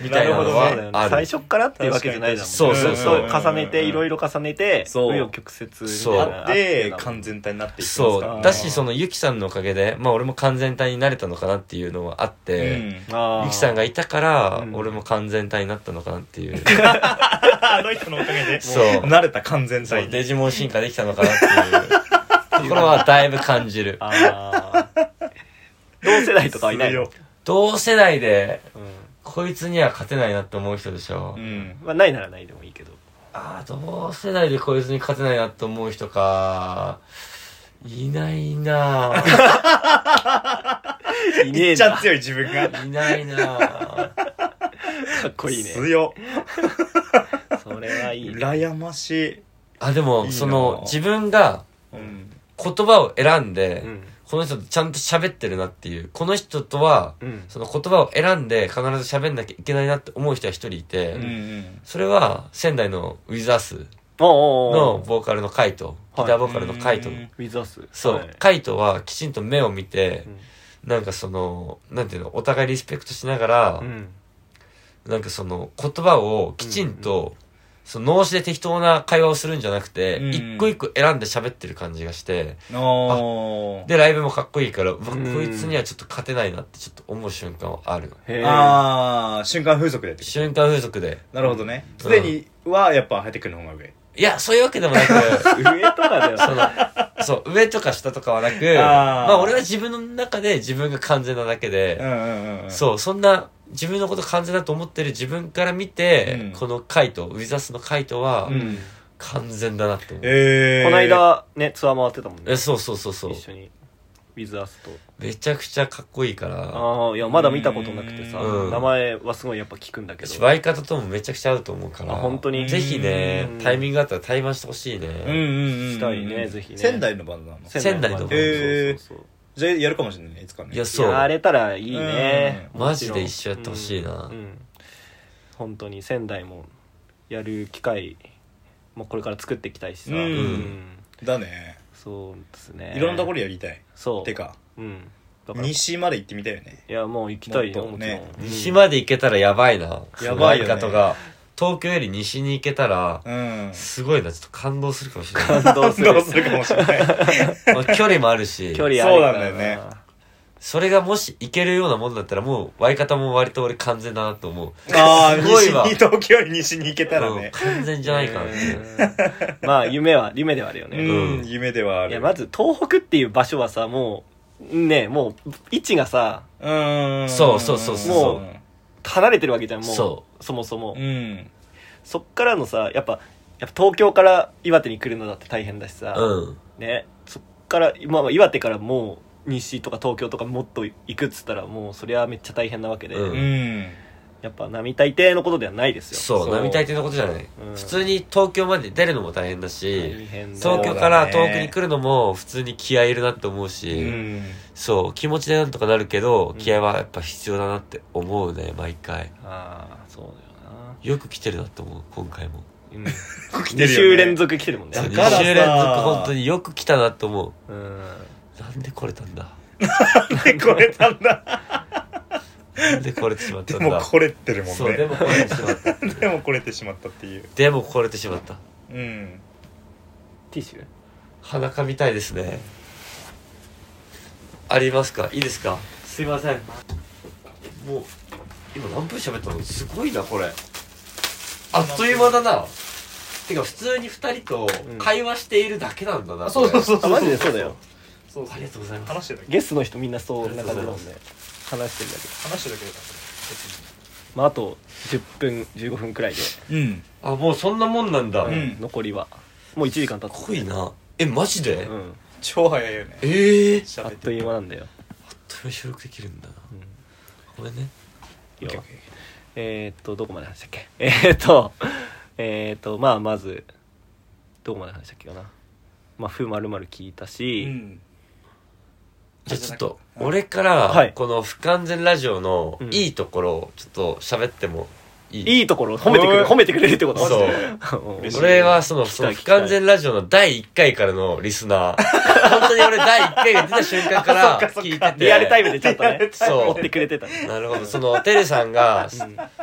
Speaker 2: み
Speaker 1: な
Speaker 2: たい
Speaker 1: る
Speaker 2: な
Speaker 1: ほ
Speaker 2: の
Speaker 1: ど
Speaker 2: は
Speaker 1: ね
Speaker 2: あ
Speaker 1: 最
Speaker 2: る
Speaker 1: 初からっていうわけじゃないじゃん
Speaker 4: 確かに
Speaker 1: そうそうそう
Speaker 4: うん
Speaker 1: 重ねていろいろ重ねて
Speaker 4: そう
Speaker 1: 紆余曲折みたい
Speaker 2: そう
Speaker 1: なの
Speaker 4: あ
Speaker 1: が
Speaker 4: っ
Speaker 1: あって
Speaker 4: て
Speaker 1: な
Speaker 4: 完全体になっていきますから
Speaker 2: そうだしそのゆきさんのおかげでまあ俺も完全体になれたのかなっていうのはあっ
Speaker 4: う
Speaker 2: て、
Speaker 4: ん
Speaker 1: あー
Speaker 2: ゆきさんがいたから、
Speaker 1: うん
Speaker 2: 俺も完全体になったのかな っていう。
Speaker 4: あの人のおかげで
Speaker 2: そう
Speaker 4: 慣れた完全
Speaker 2: そう、
Speaker 4: 体
Speaker 2: デ
Speaker 4: に
Speaker 2: ジモン進化できたのかなって いうところはだいぶ感じる。
Speaker 1: あー同世代とかはいないの
Speaker 4: 強
Speaker 2: 同世代で、
Speaker 1: う
Speaker 2: こいつには勝てないなって思う人でしょ。
Speaker 4: うん
Speaker 1: んまあないならないでもいいけど
Speaker 2: ああ、同世代でこいつに勝てないなって思う人か。いない なぁ。
Speaker 1: いね
Speaker 4: め
Speaker 1: え
Speaker 4: っちゃ
Speaker 1: な
Speaker 4: 強い自分が
Speaker 2: いないなぁ。
Speaker 1: かっこいいね
Speaker 4: 強
Speaker 1: それはいいね
Speaker 4: 羨ましい
Speaker 2: あ、で
Speaker 4: いい
Speaker 2: も、
Speaker 4: な
Speaker 2: その、自分が
Speaker 4: うん
Speaker 2: 言葉を選んで、
Speaker 1: うん
Speaker 2: この人とちゃんと喋ってるなっていう、この人とは、
Speaker 1: うん
Speaker 2: その言葉を選んで必ず喋んなきゃいけないなって思う人は一人いて、
Speaker 4: うんうん
Speaker 2: それは仙台のウィザース
Speaker 1: おうおうお
Speaker 2: の
Speaker 1: う
Speaker 2: ボーカルのカイト、
Speaker 1: はい
Speaker 2: ギターボーカルのカイト。
Speaker 4: うん
Speaker 1: ウィザース
Speaker 2: そう、
Speaker 1: はい
Speaker 2: カイトはきちんと目を見て、なんかその、なんていうの、お互いリスペクトしながら、
Speaker 1: うん
Speaker 2: なんかその言葉をきちんと、その脳死で適当な会話をするんじゃなくて、
Speaker 4: うん
Speaker 2: 一個一個選んで喋ってる感じがして、
Speaker 4: おー
Speaker 2: で、ライブもかっこいいから、うわ、
Speaker 1: うん
Speaker 2: こいつにはちょっと勝てないなってちょっと思う瞬間はある。
Speaker 1: へー
Speaker 4: ああ瞬間風俗でってこと
Speaker 2: 瞬間風俗で。
Speaker 4: なるほどね
Speaker 2: ん
Speaker 4: すでにはやっぱハイテクの方が上
Speaker 2: いや、そういうわけでもなく、
Speaker 1: 上とかだよ
Speaker 2: その、そう、上とか下とかはなく、
Speaker 4: あー
Speaker 2: まあ俺は自分の中で自分が完全なだけ
Speaker 4: う
Speaker 2: で、
Speaker 4: んうんうん
Speaker 2: そう、そんな自分のこと完全だと思ってる自分から見て、
Speaker 4: うん
Speaker 2: このカイト、ウィザスのカイトは
Speaker 4: う、ん
Speaker 2: 完全だなって思う。
Speaker 4: えー
Speaker 1: この間ねツアー回ってたもん
Speaker 2: え、
Speaker 1: ね
Speaker 2: そうそうそうそう
Speaker 1: 一。緒にウィザースと
Speaker 2: めちゃくちゃかっこいいから、
Speaker 1: ああいやまだ見たことなくてさ
Speaker 2: うん
Speaker 1: 名前はすごいやっぱ聞くんだけど
Speaker 2: 私ワイカトともめちゃくちゃ合うと思うから、
Speaker 1: あ本当に
Speaker 2: ぜひね
Speaker 1: うん、
Speaker 2: タイミングがあったら対話してほしいね。
Speaker 4: うんうんうんうん
Speaker 1: したいねぜひね
Speaker 4: 仙台のバンドなの
Speaker 2: 仙台とか
Speaker 1: そうそうそう
Speaker 4: じゃあやるかもしれないねいつかね
Speaker 2: いや、
Speaker 1: そ
Speaker 2: そう
Speaker 1: や
Speaker 2: う。
Speaker 1: れたらいいね
Speaker 2: うんマジで一緒やってほしいな
Speaker 1: うんうん本当に仙台もやる機会もこれから作っていきたいしさ
Speaker 4: うん
Speaker 1: うん
Speaker 4: だね
Speaker 1: そうですね
Speaker 4: いろんなところやりたい
Speaker 1: そう
Speaker 4: てか
Speaker 1: うんだからい
Speaker 4: 西まで行ってみたいよね
Speaker 1: やもう行きたいよ
Speaker 4: もっ
Speaker 1: も
Speaker 4: と
Speaker 1: ちろ
Speaker 4: ね
Speaker 1: ん
Speaker 2: 西
Speaker 1: うん
Speaker 2: まで行けたらやばいな。
Speaker 4: やばいよね
Speaker 2: ワイカトが、東京より西に行けたら、
Speaker 4: うん
Speaker 2: すごいな、ちょっと感動するかもしれ ない。
Speaker 1: 感動する
Speaker 4: どうするかもしれない
Speaker 2: まあ距離もある し、
Speaker 1: 距離あるから
Speaker 4: そうなんだよね
Speaker 2: それがもし行けるようなもんだったら、もう、ワイカタも割と俺完全だなと思う。
Speaker 4: ああ
Speaker 2: すごい
Speaker 4: 西
Speaker 2: わ
Speaker 4: に東京より西に行けたら
Speaker 2: うん
Speaker 4: ね
Speaker 2: 完全じゃないかなっていう。
Speaker 1: うんまあ夢は夢ではあるよ
Speaker 4: う
Speaker 1: ね
Speaker 2: ん
Speaker 4: ん夢ではあ
Speaker 1: いや
Speaker 4: る
Speaker 1: まず東北っていう場所はさもうねもう位置がさ
Speaker 4: うん
Speaker 2: そうそうそうそう
Speaker 1: 離れてるわけじゃんもう
Speaker 2: そ
Speaker 1: もそも、
Speaker 4: うん
Speaker 1: そっからのさやっぱやっぱ東京から岩手に来るのだって大変だしさ、
Speaker 2: うん。
Speaker 1: ねそっから、まあ、岩手からもう西とか東京とかもっと行くっつったらもうそりゃめっちゃ大変なわけで、
Speaker 2: うん
Speaker 4: うん
Speaker 1: やっぱ並大抵のことではないですよ
Speaker 2: そう、並大抵のことじゃない。
Speaker 1: うん
Speaker 2: 普通に東京まで出るのも大変だし、
Speaker 1: 大変だ
Speaker 2: 東京から遠くに来るのも普通に気合いいるなって思う
Speaker 4: う
Speaker 2: し、
Speaker 4: ん
Speaker 2: そう、気持ちでなんとかなるけど、気合はやっぱ必要だなって思うね、毎回。
Speaker 1: ああそうだよな
Speaker 2: よく来てるなって思う、今回も。
Speaker 1: うん、
Speaker 4: てるよね
Speaker 1: 2週連続来てるもんね
Speaker 4: だ
Speaker 2: そう
Speaker 4: からさ
Speaker 2: 2週連続本当によく来たなと思
Speaker 1: うん
Speaker 2: うなんで来れたんだ
Speaker 4: でこれなんだ
Speaker 2: なんで来れてしまった
Speaker 4: で
Speaker 2: ん
Speaker 4: も
Speaker 2: だ
Speaker 4: これってるもん
Speaker 2: そうで
Speaker 4: ね
Speaker 2: も来れてしまった
Speaker 4: でもこれてしまったっていう
Speaker 2: でも来れてしまった
Speaker 4: うん
Speaker 1: ティッシュ
Speaker 2: 鼻かみたいですねありますかいいですかすいませんもう今何分喋ったのすごいなこれあっという間だなてか普通に2人と会話しているだけなんだな、これ
Speaker 4: そう
Speaker 1: あマジでそうだよ
Speaker 4: そう
Speaker 2: ありがとうございます
Speaker 4: 話してるだ
Speaker 1: ゲストの人みんなそんな感じだもんね話してるだけ
Speaker 4: け話してるだけだか
Speaker 1: まああと10分15分くらいで
Speaker 4: らうん
Speaker 2: あもうそんなもんなんだ、
Speaker 4: う
Speaker 2: 濃
Speaker 4: ん
Speaker 1: 残りはもう1時間経った
Speaker 2: いなえマジで、
Speaker 1: うん
Speaker 4: 超早いよね
Speaker 2: ええー、
Speaker 1: あ
Speaker 4: 喋
Speaker 1: っという間なんだよ
Speaker 2: という収録できるんだな、
Speaker 1: ん
Speaker 2: ごめんね
Speaker 1: 要はえー、っとどこまで話したっけ えー、っとえー、っとまあまずどこまで話したっけかなまあ「ふまるまる聞いた
Speaker 4: う
Speaker 1: し、
Speaker 4: ん
Speaker 2: じゃあちょっと俺か
Speaker 1: は
Speaker 2: ら
Speaker 1: い
Speaker 2: この不完全ラジオの
Speaker 1: うん
Speaker 2: いいところをちょっと喋ってもいい
Speaker 6: いいところを褒めてくれる、
Speaker 4: うん
Speaker 6: 褒めてくれるってこと
Speaker 2: そう
Speaker 6: うん
Speaker 2: 俺はその、
Speaker 6: き
Speaker 2: そ
Speaker 6: た
Speaker 2: の不完全ラジオの第1回からのリスナー。本当に俺第1回が出た瞬間から聞いてて。
Speaker 6: リアルタイムでちゃんとね、
Speaker 2: そう
Speaker 6: 追ってくれてたね。
Speaker 2: なるほど。その、テレさんが、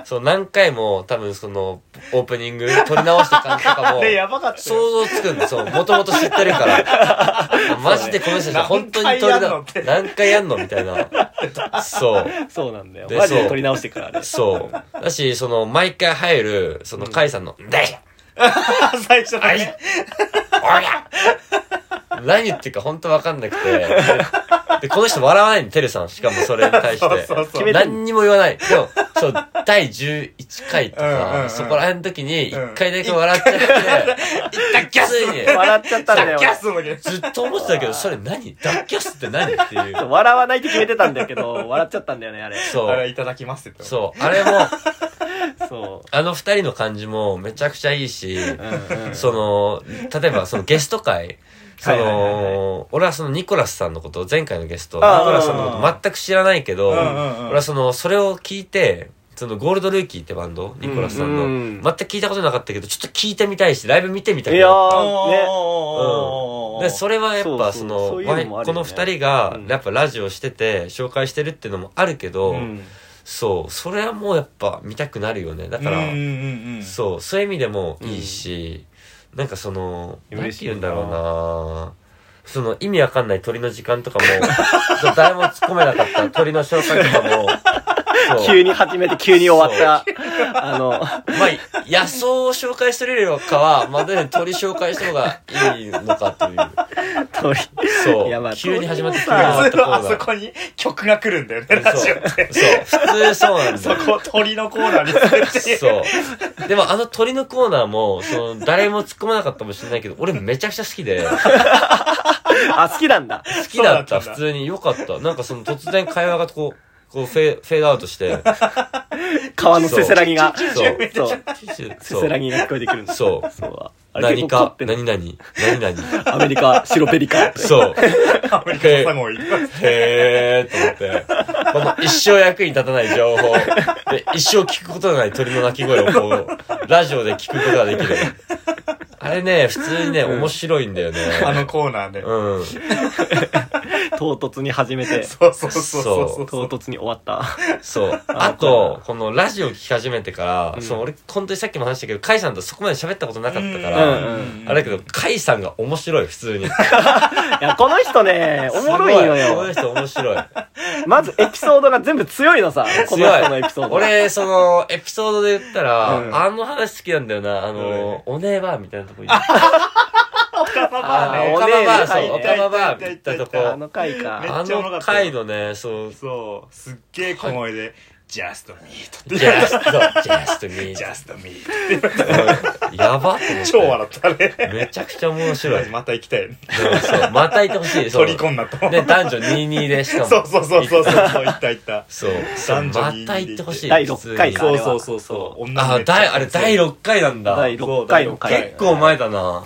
Speaker 2: その何回も多分その、オープニング撮り直した感じとかも、
Speaker 4: あれ やばかった
Speaker 2: 想像
Speaker 4: よ
Speaker 2: つくんで、そう、もともと知ってるから。マジでこの人たち本当に撮り直
Speaker 4: 何回やんのって
Speaker 2: 何回やんのみたいな。そう。
Speaker 6: そうなんだよ。
Speaker 2: で
Speaker 6: マジ
Speaker 2: そ
Speaker 6: で
Speaker 2: う
Speaker 6: 撮り直してからね。
Speaker 2: そう。だし、その、毎回入る、その、カイさんの、でしょ
Speaker 4: 最初の
Speaker 2: あい
Speaker 4: ね
Speaker 2: おりゃ何言ってるか本当わかんなくて。で、この人笑わないの、テルさん。しかもそれに対して。
Speaker 4: そうそうそう
Speaker 6: 決めてんの
Speaker 2: 何にも言わない。でも、そう、第11回と
Speaker 4: うんうんう
Speaker 2: か、
Speaker 4: ん
Speaker 2: そこら辺の時に、一回だけ笑っちゃって、一旦ギャスに、
Speaker 6: 笑っちゃったんだよ
Speaker 4: キ。ャスのね
Speaker 2: ずっと思ってたけど、それ何ダッキャスって何っていう。
Speaker 6: 笑わないって決めてたんだけど、笑っちゃったんだよね、あれ。
Speaker 2: そ
Speaker 4: あれ
Speaker 2: う。
Speaker 4: いただきますって
Speaker 2: そう。あれも、
Speaker 6: そ
Speaker 2: あの二人の感じもめちゃくちゃいいし、
Speaker 6: う。うんうん。
Speaker 2: その、例えばそのゲスト会、そ の、
Speaker 6: はいはいはい
Speaker 2: 俺はそのニコラスさんのこと、前回のゲスト、ニコ
Speaker 6: あー
Speaker 2: ラスさんのこと全く知らないけど、
Speaker 4: うんうんうん
Speaker 2: 俺はその、それを聞いて、そのゴールドルーキーってバンド、ニコラスさんの、
Speaker 6: うんうん
Speaker 2: 全く聞いたことなかったけど、ちょっと聞いてみたいし、ライブ見てみたい
Speaker 6: い
Speaker 2: な
Speaker 6: や
Speaker 4: おー
Speaker 6: ー、ね。
Speaker 4: おーおーおーおーおー
Speaker 2: で、それはやっ
Speaker 6: そ
Speaker 2: ぱそう
Speaker 6: そう
Speaker 2: の、
Speaker 6: そういうのもある
Speaker 2: こ
Speaker 6: よね
Speaker 2: の二人が
Speaker 6: うん、
Speaker 2: やっぱラジオしてて、紹介してるってのもあるけど、
Speaker 6: うん
Speaker 2: そう、それはもうやっぱ見たくなるよね。だから、
Speaker 4: うんうんうん
Speaker 2: そう、そういう意味でもいいし、なんかその、何
Speaker 6: 嬉し
Speaker 2: て
Speaker 6: いな
Speaker 2: 言うんだろうなその意味わかんない鳥の時間とかも、 そう誰も突っ込めなかった鳥の紹介とか も、そ
Speaker 6: 急
Speaker 2: う。
Speaker 6: に始めて急に終わった。あの、
Speaker 2: まあ、野草を紹介するよりかは、まだね、鳥紹介した方がいいのかという。
Speaker 6: 鳥。
Speaker 2: そう。
Speaker 6: いやまあ
Speaker 2: 急に始まって急に終わ
Speaker 4: 普
Speaker 2: っ
Speaker 4: 通
Speaker 2: たコ
Speaker 4: はあそ
Speaker 2: ー
Speaker 4: こに曲が来るんだよね
Speaker 2: ナー。
Speaker 4: ラジ
Speaker 2: そ
Speaker 4: オって
Speaker 2: う。そう。普通そうなんだ
Speaker 4: そ
Speaker 2: よ。
Speaker 4: こを鳥のコーナーにするっていう
Speaker 2: そう。でもあの鳥のコーナーも、その、誰も突っ込まなかったかもしれないけど、俺めちゃくちゃ好きで。
Speaker 6: あ、好きなんだ。
Speaker 2: 好きだった
Speaker 4: そうだったんだ
Speaker 2: 普通に良かったなんかその突然会話がこうこうフェフェードアウトして
Speaker 6: 川のせせらぎが。
Speaker 2: そう
Speaker 6: そう。せ
Speaker 2: そ
Speaker 6: せ
Speaker 2: う
Speaker 6: らぎが聞こえてくるんだ。
Speaker 2: そう
Speaker 6: そう。あれ
Speaker 2: 何
Speaker 6: 結構凝
Speaker 2: か
Speaker 6: ってんの
Speaker 2: 何々何々
Speaker 6: アメリカ、白ペリカ。
Speaker 2: そう
Speaker 4: アメリカのサモン行く
Speaker 2: へーと思ってこの一生役に立たない情報で一生聞くことのない鳥の鳴き声をこうラジオで聞くことができるあれね普通にね面白いんだよね
Speaker 4: あのコーナーで。
Speaker 2: うん
Speaker 6: 唐突に始めて、
Speaker 4: そうそうそうそうそ
Speaker 6: 唐
Speaker 4: う。
Speaker 6: 突に終わった。
Speaker 2: そう。
Speaker 6: あ
Speaker 2: あ
Speaker 6: わかる
Speaker 2: と、このラジオ聞き始めてから、その俺、本当にさっきも話したけど、カイさんとそこまで喋ったことなかったか
Speaker 6: う
Speaker 2: ら、
Speaker 6: ん
Speaker 2: あれだけど、カイさんが面白い、普通に。
Speaker 6: いや、この人ね、おもろいの
Speaker 2: すごこの
Speaker 6: よ。
Speaker 2: 人面白い。
Speaker 6: まずエピソードが全部強いのさ、この人のエピソード。
Speaker 2: 俺、その、エピソードで言ったら、
Speaker 6: うん
Speaker 2: あの話好きなんだよな、あの、おねえばーみたいなとこ行っ
Speaker 4: カバ
Speaker 2: あ
Speaker 4: バー
Speaker 2: ー
Speaker 4: ね
Speaker 2: お
Speaker 6: お
Speaker 2: か
Speaker 6: ね
Speaker 2: ま
Speaker 6: え
Speaker 2: バー、
Speaker 6: は
Speaker 2: そ、
Speaker 6: いう
Speaker 2: おかまバー
Speaker 4: いた
Speaker 2: 行ったた
Speaker 4: いいた
Speaker 2: と
Speaker 4: い
Speaker 2: こ、
Speaker 4: た
Speaker 6: あの回か。
Speaker 2: あ
Speaker 4: めっちゃおもろか
Speaker 2: の
Speaker 4: ったよ
Speaker 2: 回のね、そう、
Speaker 4: そう。すっげえ小声で、just meet っ
Speaker 2: ジ
Speaker 4: て。
Speaker 2: ャスト、ジャストミー
Speaker 4: just meet
Speaker 2: ト。やばって思って
Speaker 4: 超笑ったね。
Speaker 2: めちゃくちゃ面白い。
Speaker 4: また行きたいね。
Speaker 2: そうそう、またいてほしい。そう
Speaker 4: 取り込んだと。
Speaker 2: ね、 男女22でしかも。
Speaker 4: そうそうそうそう。そう行った行った。
Speaker 2: そう。
Speaker 4: 男女
Speaker 2: ま
Speaker 4: 22
Speaker 2: た行ってほしい。
Speaker 6: 第
Speaker 2: 普通に
Speaker 6: 6回か。
Speaker 4: そう
Speaker 6: あれは
Speaker 4: そうそうそう。女の
Speaker 2: あ、
Speaker 4: めっちゃ
Speaker 2: だい、あれ第6回なんだ。
Speaker 6: 第
Speaker 2: 結
Speaker 6: 6回の
Speaker 4: そう第
Speaker 6: 回。
Speaker 4: 六
Speaker 2: 構前だな。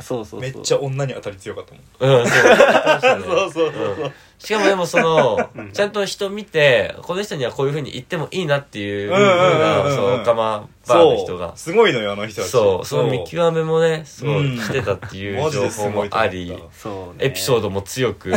Speaker 6: そうそうそう。
Speaker 4: めっちゃ女に当たり強かったもん。
Speaker 2: うん、そう。
Speaker 4: そうそうそうそう
Speaker 2: うんしかもでもその、ちゃんと人見て、この人にはこういう風に言ってもいいなっていう、
Speaker 4: うんうんうんうん
Speaker 2: 風なそう、オカマバーの人
Speaker 4: そ
Speaker 2: が
Speaker 4: う。。すごいのよ、あの人たち。
Speaker 2: そう、その見極めもね、そうう、
Speaker 4: ん
Speaker 2: してたっていう
Speaker 4: マジ
Speaker 2: 情
Speaker 4: です
Speaker 2: 報
Speaker 4: ご
Speaker 2: も
Speaker 4: いと思った
Speaker 2: あり、
Speaker 6: そうね。
Speaker 2: エピソー
Speaker 6: ド。
Speaker 2: ドも強く、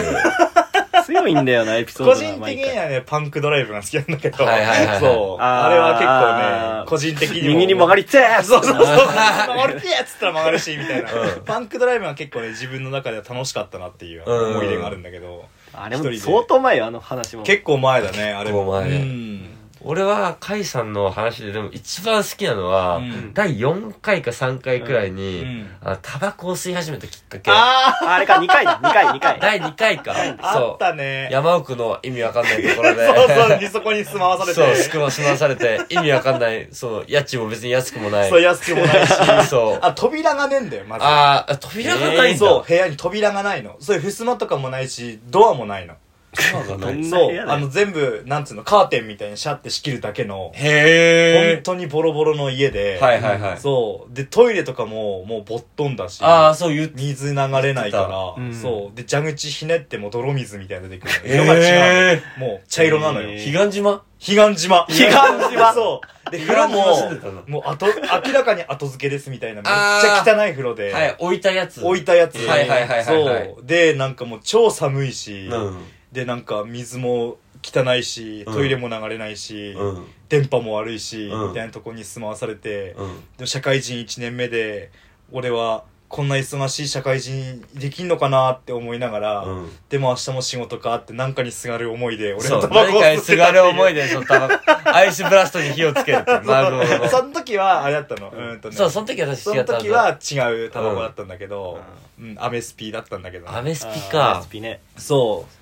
Speaker 6: 強いんだよな、エピソード
Speaker 4: 個
Speaker 6: が。
Speaker 4: 人的
Speaker 6: 毎
Speaker 4: に
Speaker 6: 回
Speaker 4: はね、パンクドライブが好きなんだけど、
Speaker 2: はいはいはい
Speaker 4: そう。
Speaker 6: あー
Speaker 4: あれは結構ね、個人的にも。
Speaker 6: 右に曲がりてー
Speaker 4: そうそうそう。曲がりてーっつったら曲がるし、みたいな
Speaker 2: うん。
Speaker 4: パンクドライブは結構ね、自分の中では楽しかったなっていう思い入れがあるんだけど、
Speaker 6: あれ
Speaker 4: 一
Speaker 6: も
Speaker 4: 人で
Speaker 6: 相当前よ、あの話も。
Speaker 4: 結構前だね、あれも。
Speaker 2: 結構前
Speaker 4: うん。
Speaker 2: 俺は、カイさんの話ででも一番好きなのは、
Speaker 4: うん
Speaker 2: 第4回か3回くらいに、
Speaker 4: うん
Speaker 2: あタバコを吸い始めたきっかけ。
Speaker 4: あ
Speaker 6: あれか、2回だ、2回、2回。
Speaker 2: 第2回か。
Speaker 4: ああ
Speaker 2: そ
Speaker 4: った
Speaker 2: う。
Speaker 4: ね。
Speaker 2: 山奥の意味わかんないところで。
Speaker 4: そうそう、にそこに住まわされ
Speaker 2: そう、す
Speaker 4: て。
Speaker 2: くま済まされて、意味わかんない、そう、家賃も別に安くもない。
Speaker 4: そう、安くもないし。
Speaker 2: そう。
Speaker 4: あ、扉がねえんだよ、まず。
Speaker 2: あー、扉がないんだ。
Speaker 4: そう、部屋に扉がないの。そういう襖とかもないし、ドアもないの。
Speaker 2: そうだ
Speaker 6: ど
Speaker 2: ね
Speaker 6: んな
Speaker 4: そ
Speaker 6: 部
Speaker 4: う、
Speaker 6: 屋だ
Speaker 4: あ
Speaker 6: よ
Speaker 4: の全部、なんつうの、カーテンみたいにシャッて仕切るだけの、
Speaker 2: へ
Speaker 4: 本当にボロボロの家で、
Speaker 2: はいはいはい
Speaker 4: そう、で、トイレとかももうぼっとんだし、
Speaker 2: ああ、そう言って。
Speaker 4: 水流れないか
Speaker 6: う
Speaker 4: ら、
Speaker 6: ん
Speaker 4: そう、で、蛇口ひねっても泥水みたいなの出てくるの。
Speaker 2: へー
Speaker 4: 色が違うの。もう、茶色なのよ。
Speaker 6: へー
Speaker 2: 彼岸島
Speaker 4: 彼岸島。
Speaker 6: 彼岸島
Speaker 4: そう。で
Speaker 2: い
Speaker 4: 風
Speaker 2: や
Speaker 4: 呂
Speaker 2: もう住んでた
Speaker 4: も
Speaker 2: の
Speaker 4: もう後明らかに後付けですみたいなめっ
Speaker 2: あ
Speaker 4: ち
Speaker 2: ー
Speaker 4: ゃ汚い風呂で、
Speaker 2: はい、置いたやつ。
Speaker 4: 置いたやつ、
Speaker 2: はいはいはいはいはい
Speaker 4: そうでなんかもう超寒いし、
Speaker 2: うん。
Speaker 4: でなんか水も汚いし
Speaker 2: うん
Speaker 4: トイレも流れないし、
Speaker 2: うん。
Speaker 4: 電波も悪いし、
Speaker 2: うん
Speaker 4: みたいなとこに住まわされて、
Speaker 2: うん。
Speaker 4: でも社会人1年目で俺はこんな忙しい社会人できんのかなって思いながら、
Speaker 2: うん
Speaker 4: でも明日も仕事かって何かにすがる思いで俺
Speaker 2: そ
Speaker 4: は
Speaker 2: う、
Speaker 4: タバ
Speaker 2: 何
Speaker 4: コを
Speaker 2: かに
Speaker 4: 吸っ
Speaker 2: す
Speaker 4: てた
Speaker 2: が
Speaker 4: っていう
Speaker 2: る思いで、そのタ バコアイスブラストに火をつけるっていう。マグロの
Speaker 4: その時はあれだったの、うんとね、
Speaker 2: そう、その時は私
Speaker 4: そ
Speaker 2: 違
Speaker 4: の
Speaker 2: ったん
Speaker 4: 時
Speaker 2: だ。
Speaker 4: は違うタバコだったんだけど、うんアメスピだったんだけどね
Speaker 2: アメス
Speaker 1: あ
Speaker 2: ピ
Speaker 1: ー
Speaker 2: か
Speaker 1: ス。ピね
Speaker 4: そう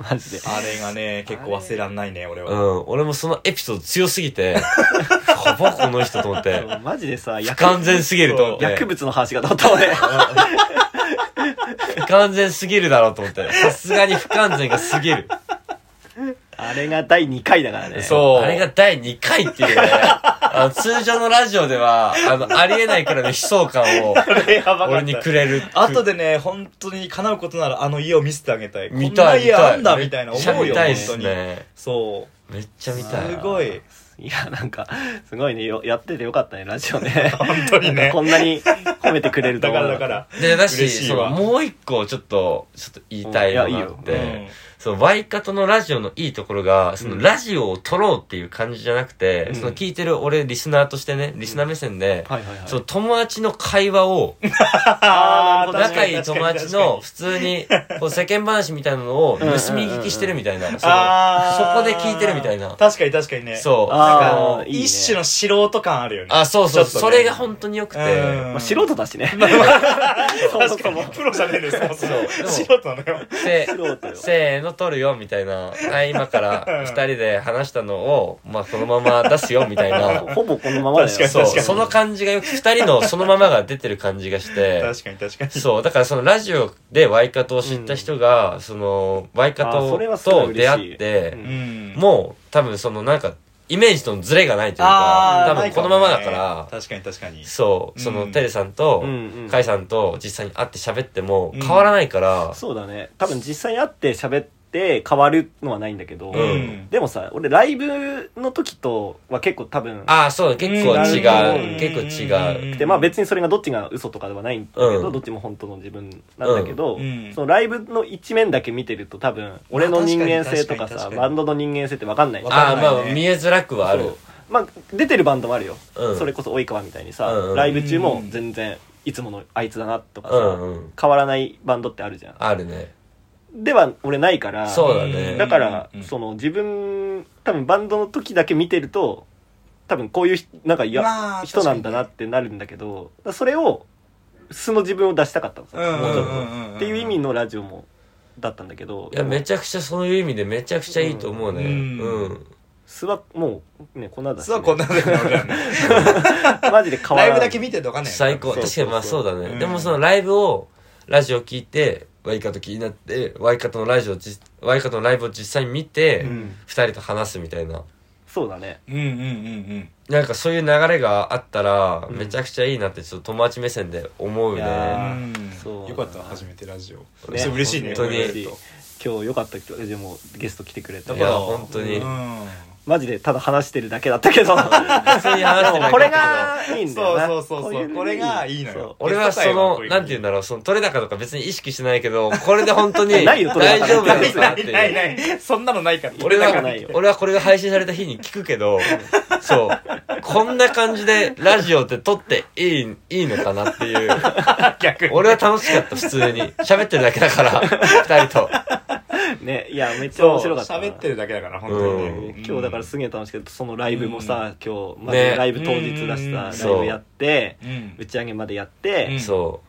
Speaker 1: マジで
Speaker 4: あれがね結構忘れらんないね俺
Speaker 2: う
Speaker 4: は、
Speaker 2: ん、俺もそのエピソード強すぎて、やばこの人と思って、
Speaker 1: マジでさ
Speaker 2: 不
Speaker 1: 薬
Speaker 2: 完全すぎると思って。
Speaker 1: 薬物の話がだった俺
Speaker 2: 不完全すぎるだろうと思って。さすがに不完全がすぎる。
Speaker 1: あれが第2回だからね
Speaker 4: そう
Speaker 2: あれが第2回っていうね。あの通常のラジオでは、あの、ありえないくらいの悲壮感を
Speaker 4: あれやばか
Speaker 2: 俺
Speaker 4: っ
Speaker 2: に
Speaker 4: た
Speaker 2: くれる。
Speaker 4: 後でね本当に叶うことならあの家を見せてあげたい
Speaker 2: 見たい、
Speaker 4: こ
Speaker 2: 見
Speaker 4: んな家
Speaker 2: た
Speaker 4: あ
Speaker 2: い。
Speaker 4: んだみたいな思
Speaker 2: めっちゃ
Speaker 4: う
Speaker 2: 見
Speaker 4: よ
Speaker 2: たい
Speaker 4: 本
Speaker 2: っす
Speaker 4: 当に
Speaker 2: ね。
Speaker 4: そう
Speaker 2: めっちゃ見
Speaker 4: す
Speaker 2: たい。
Speaker 4: ごい
Speaker 1: いやなんかすごいねよやっててよかったねラジオね
Speaker 4: 本当にね
Speaker 1: こんなに褒めてくれると思
Speaker 4: だか
Speaker 1: う
Speaker 4: らだから
Speaker 2: で、だし、
Speaker 4: 嬉しい
Speaker 2: その
Speaker 4: わ
Speaker 2: もう一個ちょっと、ちょっと言いたいのがあっ
Speaker 1: うん
Speaker 4: う
Speaker 1: い
Speaker 2: て、
Speaker 4: ん
Speaker 2: そのワイカトのラジオのいいところが、そのラジオを撮ろうっていう感じじゃなくて、その聞いてる俺リスナーとしてね、リスナー目線で、
Speaker 1: はいはいはい
Speaker 2: その友達の会話を、
Speaker 4: あー
Speaker 2: 仲いい友達の普通にこう世間話みたいなのを盗み聞きしてるみたいな。そのそこ
Speaker 4: あー
Speaker 2: で聞いてるみたいな。
Speaker 4: 確かに確かにね
Speaker 2: そう。
Speaker 1: あー
Speaker 2: なん
Speaker 4: なん
Speaker 2: か
Speaker 4: か
Speaker 1: いいね
Speaker 4: 一種の素人感あるよね
Speaker 2: あ、そうそう。
Speaker 4: ちょっと
Speaker 2: そ
Speaker 4: ね
Speaker 2: れが本当に良くて。
Speaker 1: まあ素人だしね
Speaker 4: 確かにプロじゃねえですそもそも
Speaker 2: そう
Speaker 4: 素人なのよ
Speaker 2: せ
Speaker 1: 素人よ
Speaker 2: せーの、撮るよ、みたいな。はい、今から二人で話したのを、まあ、そのまま出すよ、みた いな。
Speaker 1: ほぼこのままだよ
Speaker 4: 確か
Speaker 2: そ
Speaker 4: に
Speaker 2: う。
Speaker 4: 確かに
Speaker 2: その感じがよく、二人のそのままが出てる感じがして。
Speaker 4: 確かに確かに
Speaker 2: そう、だからそのラジオでワイカトを知った人が、その、ワイカ
Speaker 1: あそれ
Speaker 2: ト
Speaker 1: はすごい
Speaker 2: と出
Speaker 1: 嬉しい
Speaker 2: 会って、
Speaker 1: うん
Speaker 4: うん
Speaker 2: もう多分そのなんか、イメージとのズレがないというか、
Speaker 4: あー
Speaker 2: 多
Speaker 4: ない
Speaker 2: 分
Speaker 4: か
Speaker 2: こ
Speaker 4: も
Speaker 2: の
Speaker 4: ね
Speaker 2: ままだから、
Speaker 4: 確かに確かに
Speaker 2: そう、その
Speaker 4: うん
Speaker 2: テレさんと
Speaker 1: うんうん、
Speaker 2: カイさんと実際に会って喋っても
Speaker 4: うん
Speaker 2: 変わらないから、
Speaker 1: そうだね多分実際に会って喋って変わるのはないんだけど、
Speaker 4: うん
Speaker 1: でもさ俺ライブの時とは結構多分
Speaker 2: ああ、そう、結構違う、
Speaker 1: うん
Speaker 2: 結構違う。
Speaker 1: でまあ別にそれがどっちが嘘とかではないんだけど、
Speaker 2: うん
Speaker 1: どっちも本当の自分なんだけど、
Speaker 4: うん
Speaker 1: そのライブの一面だけ見てると多分俺の人間性とか
Speaker 4: 確か
Speaker 1: さ
Speaker 4: に確かに確かに
Speaker 1: バンドの人間性って分かんない
Speaker 4: わかん
Speaker 2: ああ、
Speaker 4: ないね
Speaker 2: まあ見えづらくはある
Speaker 1: そう。まあ出てるバンドもあるよ、
Speaker 2: うん
Speaker 1: それこそ及川みたいにさ、
Speaker 2: うんうん
Speaker 1: ライブ中も全然いつものあいつだなとかさ、
Speaker 2: うんうん。
Speaker 1: 変わらないバンドってあるじゃん
Speaker 2: あるね。
Speaker 1: では俺ないから
Speaker 2: そうだ
Speaker 4: う
Speaker 2: ね。
Speaker 4: ん
Speaker 1: だから、
Speaker 4: うん
Speaker 1: その自分多分バンドの時だけ見てると多分こういうひなんかいや、
Speaker 4: まあ
Speaker 1: 人なんだなってなるんだけどだからそれを素の自分を出したかったのさ、もうちょっとっていう意味のラジオもだったんだけど
Speaker 2: いや、め
Speaker 1: ゃ
Speaker 2: ちゃくちゃそういう意味でめちゃくちゃいいと思うね。
Speaker 4: うん
Speaker 2: うん
Speaker 1: 素はもうねこんなだし、ね、
Speaker 4: そうこんなのよね
Speaker 1: マジで変わ
Speaker 4: ラ
Speaker 1: らな
Speaker 4: イブ
Speaker 1: い
Speaker 4: だけ見てるとわかんないよ
Speaker 2: 最高
Speaker 1: そう
Speaker 2: 確かにまあそうだね
Speaker 4: うん
Speaker 2: でもそのライブをラジオ聞いてワイカと気になってワイカとのラジオじワイカとのライブを実際に見て、二
Speaker 1: ん
Speaker 2: 人と話すみたいな
Speaker 1: そうだね
Speaker 4: うんうんうん
Speaker 2: なんかそういう流れがあったら、
Speaker 1: ん
Speaker 2: めちゃくちゃいいなってちょっと友達目線で思う
Speaker 1: いや
Speaker 2: ね
Speaker 1: ー
Speaker 4: うん
Speaker 1: そう
Speaker 4: よかった初めてラジオ
Speaker 1: ね
Speaker 4: そう嬉しいね
Speaker 2: 本当に
Speaker 4: こうやると
Speaker 1: 今日よかったけどでもゲスト来てくれた
Speaker 2: いや本当に
Speaker 4: うん
Speaker 1: マジでただ話してるだけだったけど
Speaker 2: 普通に話し
Speaker 1: でも
Speaker 2: てない
Speaker 1: これがいいんだよな
Speaker 4: そうそうそうそう
Speaker 1: う
Speaker 4: これがいいのよ
Speaker 1: そう
Speaker 2: 俺はその
Speaker 4: ゲスト会はこういうの
Speaker 2: なんて言うんだろうその取れ高とか別に意識してないけどこれで本当に
Speaker 1: ない
Speaker 2: 大
Speaker 1: よ取れ高
Speaker 2: 丈夫な
Speaker 4: な
Speaker 2: の
Speaker 4: い
Speaker 2: かな
Speaker 4: な
Speaker 2: っていう
Speaker 4: いないないそんなのないから
Speaker 2: 俺
Speaker 1: 取れ高ない
Speaker 2: は
Speaker 1: よ、
Speaker 2: 俺はこれが配信された日に聞く けど、そう、こんな感じでラジオって撮っていい、いいのかなっていう。
Speaker 4: 逆に
Speaker 2: 俺は楽しかった、普通に。喋ってるだけだから、二人と。
Speaker 1: ねいやめっちゃ
Speaker 4: そう
Speaker 1: 面白かったな
Speaker 4: 喋ってるだけだから本
Speaker 1: え
Speaker 4: 当
Speaker 1: ー
Speaker 4: にね
Speaker 1: 今日だからすげえ楽しくてそのライブもさ、今日ま
Speaker 2: ね
Speaker 1: ずライブ当日だしさ、
Speaker 2: うん
Speaker 1: ライブやって、
Speaker 4: うん
Speaker 1: 打ち上げまでやって、
Speaker 4: うん
Speaker 2: そ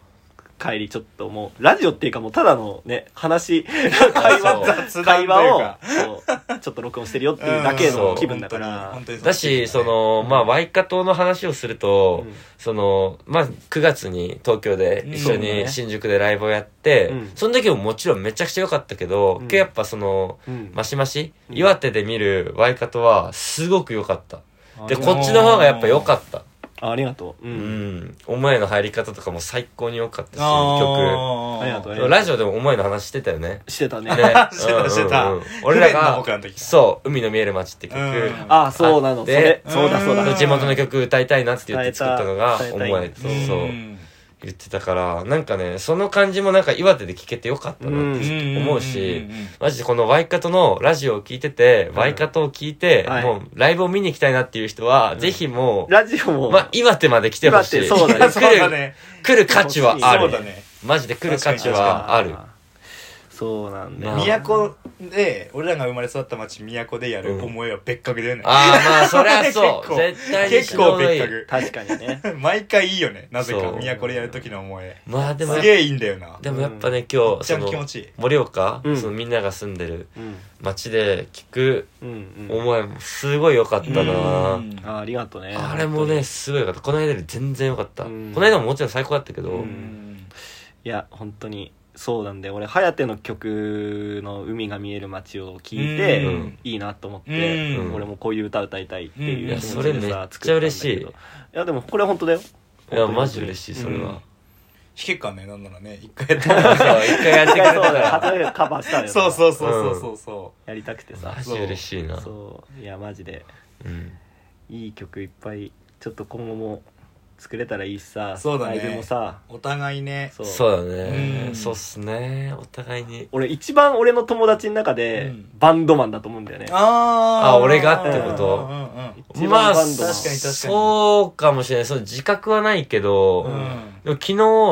Speaker 1: 帰りちょっともうラジオっていうかもうただのね 話会話
Speaker 4: 雑談と
Speaker 1: 会
Speaker 4: いうか
Speaker 1: 話をそうちょっと録音してるよっていうだけの気分だから、
Speaker 4: 本当に
Speaker 2: う。だし、その、まあ、ワイカ島の話をすると、
Speaker 1: うん
Speaker 2: その、まあ、9月に東京で一緒
Speaker 1: うん
Speaker 2: に新宿でライブをやって、
Speaker 1: うん
Speaker 2: その時ももちろんめちゃくちゃ良かったけど、
Speaker 1: うん
Speaker 2: けどやっぱその、
Speaker 1: うん
Speaker 2: マシマシ、
Speaker 1: うん
Speaker 2: 岩手で見るワイカトはすごく良かった。で、
Speaker 4: あ
Speaker 2: こっちの方がやっぱ良かった。
Speaker 1: あありがとう、う
Speaker 2: うんん、お前の入り方とかも最高に良かったし
Speaker 1: ありがとう
Speaker 2: 曲ラジオでもお前の話してたよ ね
Speaker 1: してたね
Speaker 2: ね
Speaker 4: してたしてた
Speaker 2: うんうんうん俺ら
Speaker 4: 不便な
Speaker 2: が
Speaker 4: 僕らの時
Speaker 2: そう「海の見える街」って曲
Speaker 4: うん
Speaker 1: あそうなのそれ
Speaker 2: で
Speaker 1: そうだそうだ
Speaker 4: うん
Speaker 2: 地元の曲歌いたいなって言っ
Speaker 1: 伝え
Speaker 2: て
Speaker 1: た
Speaker 2: 作ったのが
Speaker 1: 伝え
Speaker 2: お
Speaker 1: たい
Speaker 2: 前そうそうん言ってたからなんかねその感じもなんか岩手で聞けてよかったなってちょっと思う
Speaker 4: うん
Speaker 2: し
Speaker 4: うんうんうん
Speaker 2: マジでこのワイカトのラジオを聞いててワイカトを聞いて
Speaker 1: はい
Speaker 2: もうライブを見に行きたいなっていう人はぜひもう
Speaker 1: ラジオも、
Speaker 2: まあ、岩手まで来てほしい。
Speaker 1: 岩手そうだね
Speaker 4: いやそうだ
Speaker 2: 来る、
Speaker 4: ね
Speaker 2: 来る価値はあ
Speaker 4: そ
Speaker 2: る
Speaker 4: う。だね
Speaker 2: マジで来る価値はある。
Speaker 1: そうなんだ
Speaker 2: ま
Speaker 1: よ
Speaker 2: あ
Speaker 4: 都で俺らが生まれ育った町都でやる思いは別格だよね、
Speaker 2: ああ、まあ、そりゃそう。
Speaker 4: 結構
Speaker 2: 絶対に
Speaker 4: 結
Speaker 2: しの
Speaker 4: 構
Speaker 2: ぶい。
Speaker 4: 別
Speaker 1: 確かに ね
Speaker 4: 格毎回いいよねなぜか
Speaker 2: そう
Speaker 4: 都でやる時の思い
Speaker 2: まあ、ですも、
Speaker 4: げえいいんだよな
Speaker 2: でもやっぱね、
Speaker 4: め
Speaker 2: 今
Speaker 4: っ
Speaker 2: 日、
Speaker 4: ちゃ
Speaker 2: そ
Speaker 4: 気持
Speaker 2: の、
Speaker 4: ちいい
Speaker 2: 盛岡、
Speaker 1: うん
Speaker 2: そのみんなが住んでる
Speaker 1: うん
Speaker 2: 町で聞く
Speaker 1: うんうん
Speaker 2: 思いもすごい良かったな
Speaker 4: うん
Speaker 1: あありがとうね
Speaker 2: あれもね、すごい良かった。この間より全然良かった。こ
Speaker 1: うん
Speaker 2: の間ももちろん最高だったけ
Speaker 1: う、
Speaker 2: ど
Speaker 4: うん
Speaker 1: いや本当にそうなんで俺颯の曲の「海が見える街」を聞いて、
Speaker 2: うん
Speaker 1: いいなと思って、
Speaker 4: うん
Speaker 1: 俺もこういう歌歌いたいって
Speaker 4: うん
Speaker 1: い
Speaker 4: いうや
Speaker 1: 気持ちで
Speaker 2: それめっちゃ
Speaker 1: さ作ったんだけど
Speaker 2: 嬉しい
Speaker 1: いやでもこれ本当だよ
Speaker 2: いや、マジ嬉しい、それ
Speaker 4: うん
Speaker 2: は。
Speaker 4: 弾けっかねなんならね一回やったら
Speaker 2: そう一回やっ
Speaker 1: 一
Speaker 2: てくれた
Speaker 1: 回そうだよ
Speaker 2: ら、
Speaker 1: 初めてカバーしたのよ
Speaker 4: そうそうそうそうそうそ
Speaker 1: やりたくてさ
Speaker 2: マジ嬉しいな。
Speaker 1: そういやマジで
Speaker 2: うん
Speaker 1: いい曲いっぱいちょっと今後も作れたらいいしさ
Speaker 4: そうだね
Speaker 1: ライブもさ
Speaker 4: うお互いね
Speaker 1: そう
Speaker 2: そうだね
Speaker 4: うん
Speaker 2: そうっすねお互いに
Speaker 1: 俺一番俺の友達の中で、
Speaker 4: うん
Speaker 1: バンドマンだと思うんだよね
Speaker 4: あー
Speaker 2: あ俺がってこと
Speaker 4: うんうんうん
Speaker 1: 一番バンドマ
Speaker 4: 確
Speaker 1: ン
Speaker 4: かに確かに
Speaker 2: そうかもしれないその自覚はないけど、
Speaker 4: うん
Speaker 2: でも昨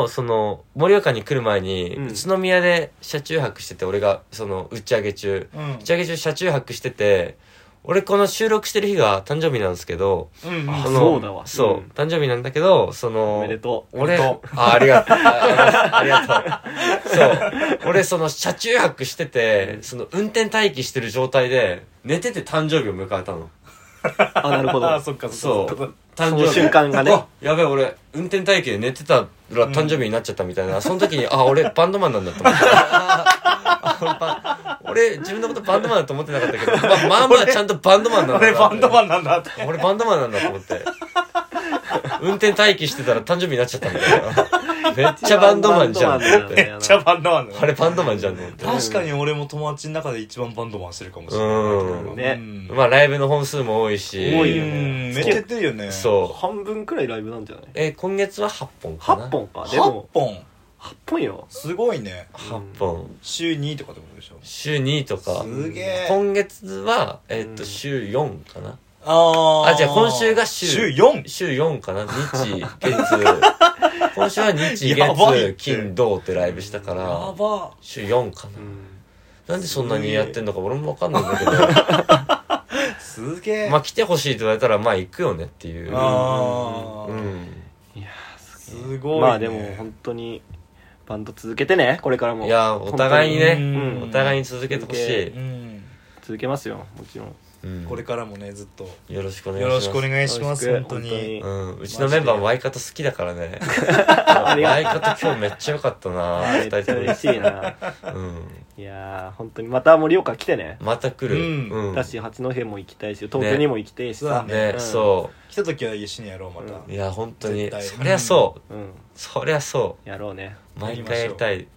Speaker 2: 日その盛岡に来る前に、
Speaker 1: うん
Speaker 2: 宇都宮で車中泊してて俺がその打ち上げ中
Speaker 4: うん
Speaker 2: 打ち上げ中車中泊してて俺この収録してる日が誕生日なんですけど
Speaker 4: うん
Speaker 1: あ
Speaker 2: この
Speaker 1: そうだわ
Speaker 2: そう、
Speaker 1: うん
Speaker 2: 誕生日なんだけどその
Speaker 1: おめでとうおめ
Speaker 2: 俺
Speaker 1: で
Speaker 2: あ
Speaker 1: と
Speaker 2: ありがとうあありがとうそう俺その車中泊しててその運転待機してる状態で寝てて誕生日を迎えたの
Speaker 1: あなるほど
Speaker 4: あーそっかそっか
Speaker 2: そ
Speaker 4: そうう
Speaker 2: 誕
Speaker 1: その瞬間がね
Speaker 2: あやべえ俺運転体験寝てたら誕生日になっちゃったみたいな、その時にあ俺バンドマンなんだと思ってあバン 俺自分のことバンドマンだと思ってなかったけど、まあ、まあまあちゃんとバンドマンなんだ
Speaker 4: 俺バンド
Speaker 2: ン
Speaker 4: マンなんだって
Speaker 2: 俺バンドマンなんだと思って運転待機してたら誕生日になっちゃったみたいなめっちゃバンドマンじゃんと思
Speaker 1: 一番バン
Speaker 2: っ
Speaker 1: ドマンだよね
Speaker 2: て
Speaker 4: めっちゃバンドマンだね
Speaker 2: あれバンドマンじゃんと思って
Speaker 4: 確かに俺も友達の中で一番バンドマンしてるかもしれない
Speaker 1: ね
Speaker 4: うん
Speaker 2: まあライブの本数も多いし
Speaker 1: 多いよ
Speaker 4: うんめっちゃやってるよね
Speaker 2: そう
Speaker 1: 半分くらいライブなんじゃない
Speaker 2: えー今月は8本かな
Speaker 1: 8本かで
Speaker 4: 8
Speaker 1: も
Speaker 4: 本
Speaker 1: 8本よ
Speaker 4: すごいね
Speaker 2: 8本
Speaker 4: 週2とかってことでしょ
Speaker 2: 週2とか
Speaker 4: すげえ
Speaker 2: 今月は、えーっと
Speaker 1: うん
Speaker 2: 週4かな、
Speaker 4: あー
Speaker 2: あじゃあ今週が週
Speaker 4: 週 4?
Speaker 2: 週4かな 日月今週は日
Speaker 4: やばいっ
Speaker 2: 月
Speaker 4: て
Speaker 2: 金銅ってライブしたから
Speaker 4: ば
Speaker 2: 週4かな、
Speaker 1: うん
Speaker 2: なんでそんなにやってんのか俺もわかんないんだけど
Speaker 4: すげ え
Speaker 2: まあ来てほしいと言われたらまあ行くよねっていう
Speaker 4: あ
Speaker 2: う
Speaker 4: ー
Speaker 2: ん
Speaker 1: いやーすげえ
Speaker 4: すごいね
Speaker 1: まあでも本当にバンド続けてねこれからも
Speaker 2: いやお互いにね
Speaker 4: 本当
Speaker 1: う
Speaker 2: お互いに続けてほしい、
Speaker 4: うん
Speaker 1: 続けますよもちろん
Speaker 2: うん
Speaker 4: これからもねずっと
Speaker 2: よろしくお願い
Speaker 4: よ
Speaker 2: しま
Speaker 4: ろ
Speaker 2: す
Speaker 4: しくお願いします
Speaker 1: よろ
Speaker 4: 本
Speaker 1: しく
Speaker 4: 当に
Speaker 2: うん、うちのメンバーもワイカト好きだから ね
Speaker 1: あり
Speaker 2: ワイ
Speaker 1: が
Speaker 2: カト今日めっちゃ良かったな
Speaker 1: とう
Speaker 2: 二
Speaker 1: めっ
Speaker 2: 人
Speaker 1: ち
Speaker 2: と
Speaker 1: ゃ
Speaker 2: も
Speaker 1: 嬉しいな
Speaker 2: うん
Speaker 1: いやー本当にまた盛岡来てね
Speaker 2: また来る、
Speaker 4: うん
Speaker 2: うん
Speaker 1: だし八戸も行きたいし東京にも行きたいし
Speaker 4: そうだ
Speaker 1: さ、
Speaker 4: ね
Speaker 2: ね、
Speaker 1: うん
Speaker 2: そ
Speaker 4: 来た時は一緒にやろうまた
Speaker 1: う
Speaker 2: ういや本当に
Speaker 4: 絶対
Speaker 2: そりゃそう、
Speaker 1: うん
Speaker 2: そりゃそ
Speaker 1: やろうね
Speaker 2: う毎回やりたいい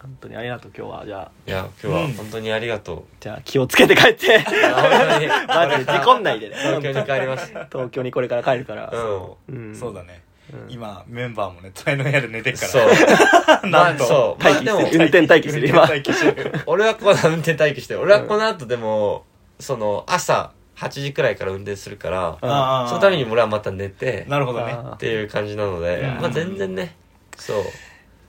Speaker 1: 本当にありがとう今日はじゃあ
Speaker 2: や今日
Speaker 4: う
Speaker 2: は
Speaker 4: ん
Speaker 2: 本当にありがと
Speaker 1: じゃあ気をつけて帰って
Speaker 2: う、いや本当に
Speaker 1: マジで事故んないでね
Speaker 2: 東京に帰ります
Speaker 1: 東京にこれから帰るから、
Speaker 2: うん
Speaker 1: うん
Speaker 4: そうだね
Speaker 1: うん
Speaker 4: 今メンバーもね隣の部屋で寝てるか
Speaker 2: そ
Speaker 4: ら
Speaker 2: う
Speaker 4: なん
Speaker 2: ま
Speaker 4: と
Speaker 2: あそうま
Speaker 1: 待
Speaker 2: あ
Speaker 1: 機
Speaker 2: で
Speaker 1: し
Speaker 2: も
Speaker 1: てる運転待機してる今
Speaker 4: 待機してる
Speaker 2: 俺はこの運転待機してる俺はこの後でもその朝8時くらいから運転するから
Speaker 1: うん
Speaker 4: あー
Speaker 2: そのために俺はまた寝て
Speaker 4: なるほどね
Speaker 1: あ
Speaker 2: っていう感じなので
Speaker 4: うん
Speaker 2: まあ全然ねそう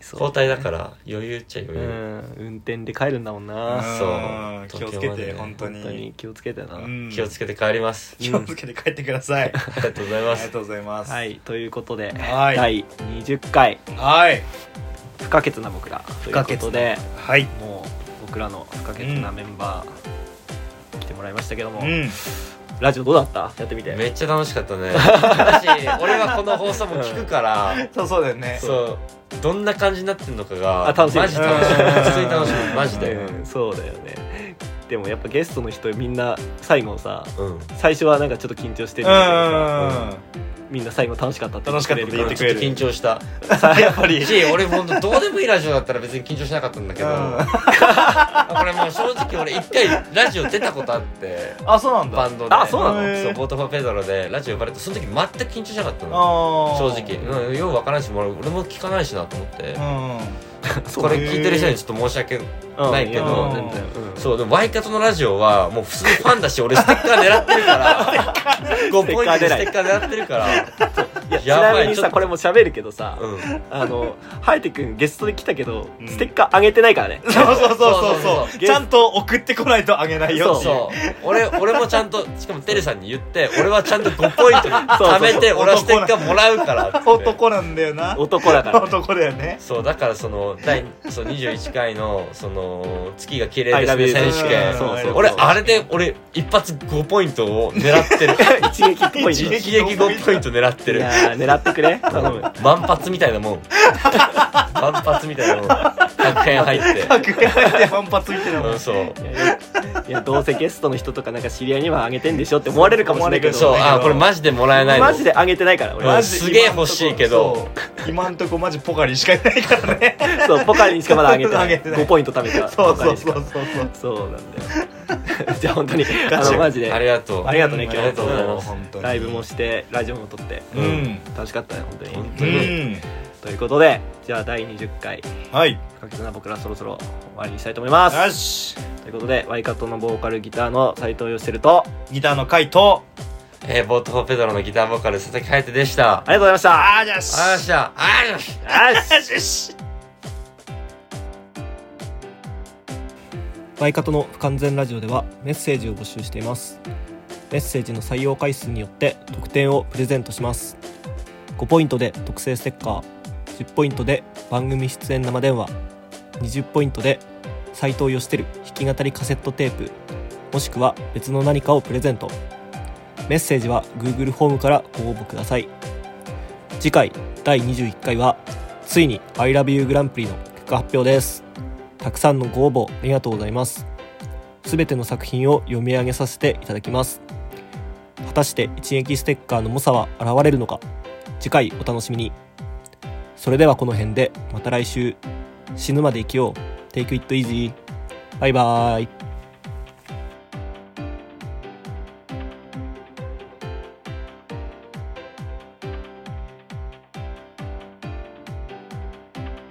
Speaker 1: そう
Speaker 2: 交代だから余裕っちゃ余
Speaker 1: う
Speaker 2: 裕、
Speaker 1: ん運転で帰るんだもん
Speaker 4: うん
Speaker 1: な
Speaker 2: そう
Speaker 4: 気をつ
Speaker 2: 東
Speaker 4: け
Speaker 2: 京まで
Speaker 4: て
Speaker 2: ね
Speaker 4: 本当
Speaker 1: 本当に
Speaker 4: に
Speaker 1: 気をつけてな、
Speaker 4: うん
Speaker 2: 気をつけて帰ります、
Speaker 4: 気をつけて帰ってください
Speaker 2: ありがとうござい
Speaker 4: あ
Speaker 2: ま
Speaker 4: り
Speaker 2: す
Speaker 4: がとうございます
Speaker 1: はいということで、
Speaker 4: はい
Speaker 1: 第20回
Speaker 4: はい
Speaker 1: 不可欠な僕らと
Speaker 4: 不
Speaker 1: いう
Speaker 4: 可
Speaker 1: こ
Speaker 4: 欠な
Speaker 1: とで
Speaker 4: はい
Speaker 1: もう僕らの不可欠なメンバー、来てもらいましたけども、
Speaker 4: うん
Speaker 1: ラジオどうだったやってみて
Speaker 2: めっちゃ楽しかった ね私俺はこの放送も聞くから、
Speaker 4: そう そうだよね
Speaker 2: そうどんな感じになってんのか
Speaker 1: あ
Speaker 2: が
Speaker 1: 楽しみ
Speaker 2: マジ楽しみ
Speaker 4: うん
Speaker 2: 普通に楽し み マジでうん、
Speaker 1: うんそうだよねでもやっぱゲストの人みんな最後さ最初はなんかちょっと緊張して
Speaker 4: う
Speaker 1: るんだけどさ
Speaker 4: ん
Speaker 6: みんな最後楽しかったって
Speaker 4: 楽しかったって言ってく
Speaker 2: ちょっ
Speaker 4: れ
Speaker 2: と
Speaker 4: る
Speaker 2: 緊張した
Speaker 4: さあやっぱり
Speaker 2: し俺もうどうでもいいラジオだったら別に緊張しなかったんだけど、これもう正直俺一回ラジオ出たことあって
Speaker 4: あそうなん
Speaker 2: バ
Speaker 4: だ
Speaker 2: ンドで
Speaker 6: あそうなの
Speaker 2: ん
Speaker 4: へー
Speaker 2: そうボートファーペドロでラジオ呼ばれてその時全く緊張しなかったの
Speaker 4: あー
Speaker 2: 正直、うん、ようわからんしもう俺も聞かないしなと思って、
Speaker 4: うんうん
Speaker 2: これ聞いてる人にちょっと申し訳ないけど、
Speaker 4: うん
Speaker 2: 全
Speaker 6: 全
Speaker 2: 然
Speaker 6: 然うん
Speaker 2: そうでもワイカトのラジオはもう普通にファンだし俺ステッカー狙ってるから5ポイントでステッカー狙ってるから
Speaker 6: いやち
Speaker 2: やばい
Speaker 6: なみに
Speaker 2: ちょっ
Speaker 6: さ
Speaker 2: と
Speaker 6: これも喋るけどさ、
Speaker 2: うん
Speaker 6: あのハイテ君ゲストで来たけど、
Speaker 4: うん
Speaker 6: ステッカーあげてないからね
Speaker 4: そうそうそう
Speaker 2: そ
Speaker 4: そう
Speaker 2: そう
Speaker 4: う
Speaker 2: そ
Speaker 4: ちゃんと送ってこないとあげないよっていう
Speaker 2: そう俺俺もちゃんとしかもテレさんに言って俺はちゃんと5ポイントに貯めて
Speaker 4: そうそう
Speaker 2: 俺はステッカーもらうからって
Speaker 4: 男なんだよな
Speaker 6: 男だから、ね、
Speaker 4: 男だよね
Speaker 2: そうだからその第そう21回のその月が綺麗
Speaker 6: I
Speaker 2: です
Speaker 6: love
Speaker 2: ね
Speaker 6: you
Speaker 2: 選手権
Speaker 6: そうそうそう
Speaker 2: 俺あれで俺一発5ポイントを狙ってる
Speaker 6: 一撃っぽい
Speaker 2: 一
Speaker 6: ね
Speaker 2: 撃5ポイント狙って
Speaker 6: い
Speaker 2: る
Speaker 6: やー狙ってくれ頼む
Speaker 2: 万発みたいなもん万発みたいなもん100円入って
Speaker 4: 格が入って反発いってるも
Speaker 2: うんんそう
Speaker 6: いやいやどうせゲストの人とかなんか知り合いにはあげてんでしょって思われるかもしれないけど
Speaker 2: そうあこれマジでもらえないの
Speaker 6: マジであげてないから俺
Speaker 2: マ
Speaker 6: は
Speaker 2: ジすげえ欲しいけど
Speaker 4: そう今んとこマジポカリしかいないからね
Speaker 6: そうポカリにしかまだあげてな
Speaker 4: あげ
Speaker 6: い
Speaker 4: てない
Speaker 6: 5ポイント貯めた
Speaker 4: そうそうそう
Speaker 6: ポカリ
Speaker 4: そ
Speaker 6: にしかそう
Speaker 4: うそう
Speaker 6: なんだ よじゃあ本当にあのマジで
Speaker 2: ありがとう
Speaker 6: ありがとうね今日
Speaker 2: ありがとうございます
Speaker 4: す
Speaker 6: ライブもしてラジオも撮って
Speaker 4: うんうん
Speaker 6: 楽しかったね本当に
Speaker 2: 本
Speaker 4: う
Speaker 2: 当に
Speaker 4: ん
Speaker 6: ということでじゃあ第20回
Speaker 4: はい
Speaker 6: 不可欠な僕らそろそろ終わりにしたいと思います
Speaker 4: よし
Speaker 6: ということでワイカットのボーカルギターの斉藤義輝と
Speaker 4: ギターの回答
Speaker 2: えーボートフォーペドロのギターボーカル佐々木海斗でした
Speaker 6: ありがとうございました
Speaker 4: あーじゃし
Speaker 2: あーしゃあーしゃ
Speaker 4: よし
Speaker 1: バイカトの不完全ラジオではメッセージを募集していますメッセージの採用回数によって特典をプレゼントします5ポイントで特製ステッカー10ポイントで番組出演生電話20ポイントで斉藤義輝弾き語りカセットテープもしくは別の何かをプレゼントメッセージは Google ホームからご応募ください次回第21回はついに ILOVEYOU グランプリの結果発表ですたくさんのご応募ありがとうございますすべての作品を読み上げさせていただきます果たして一撃ステッカーの猛者は現れるのか次回お楽しみにそれではこの辺でまた来週死ぬまで生きよう Take it easy バイバイ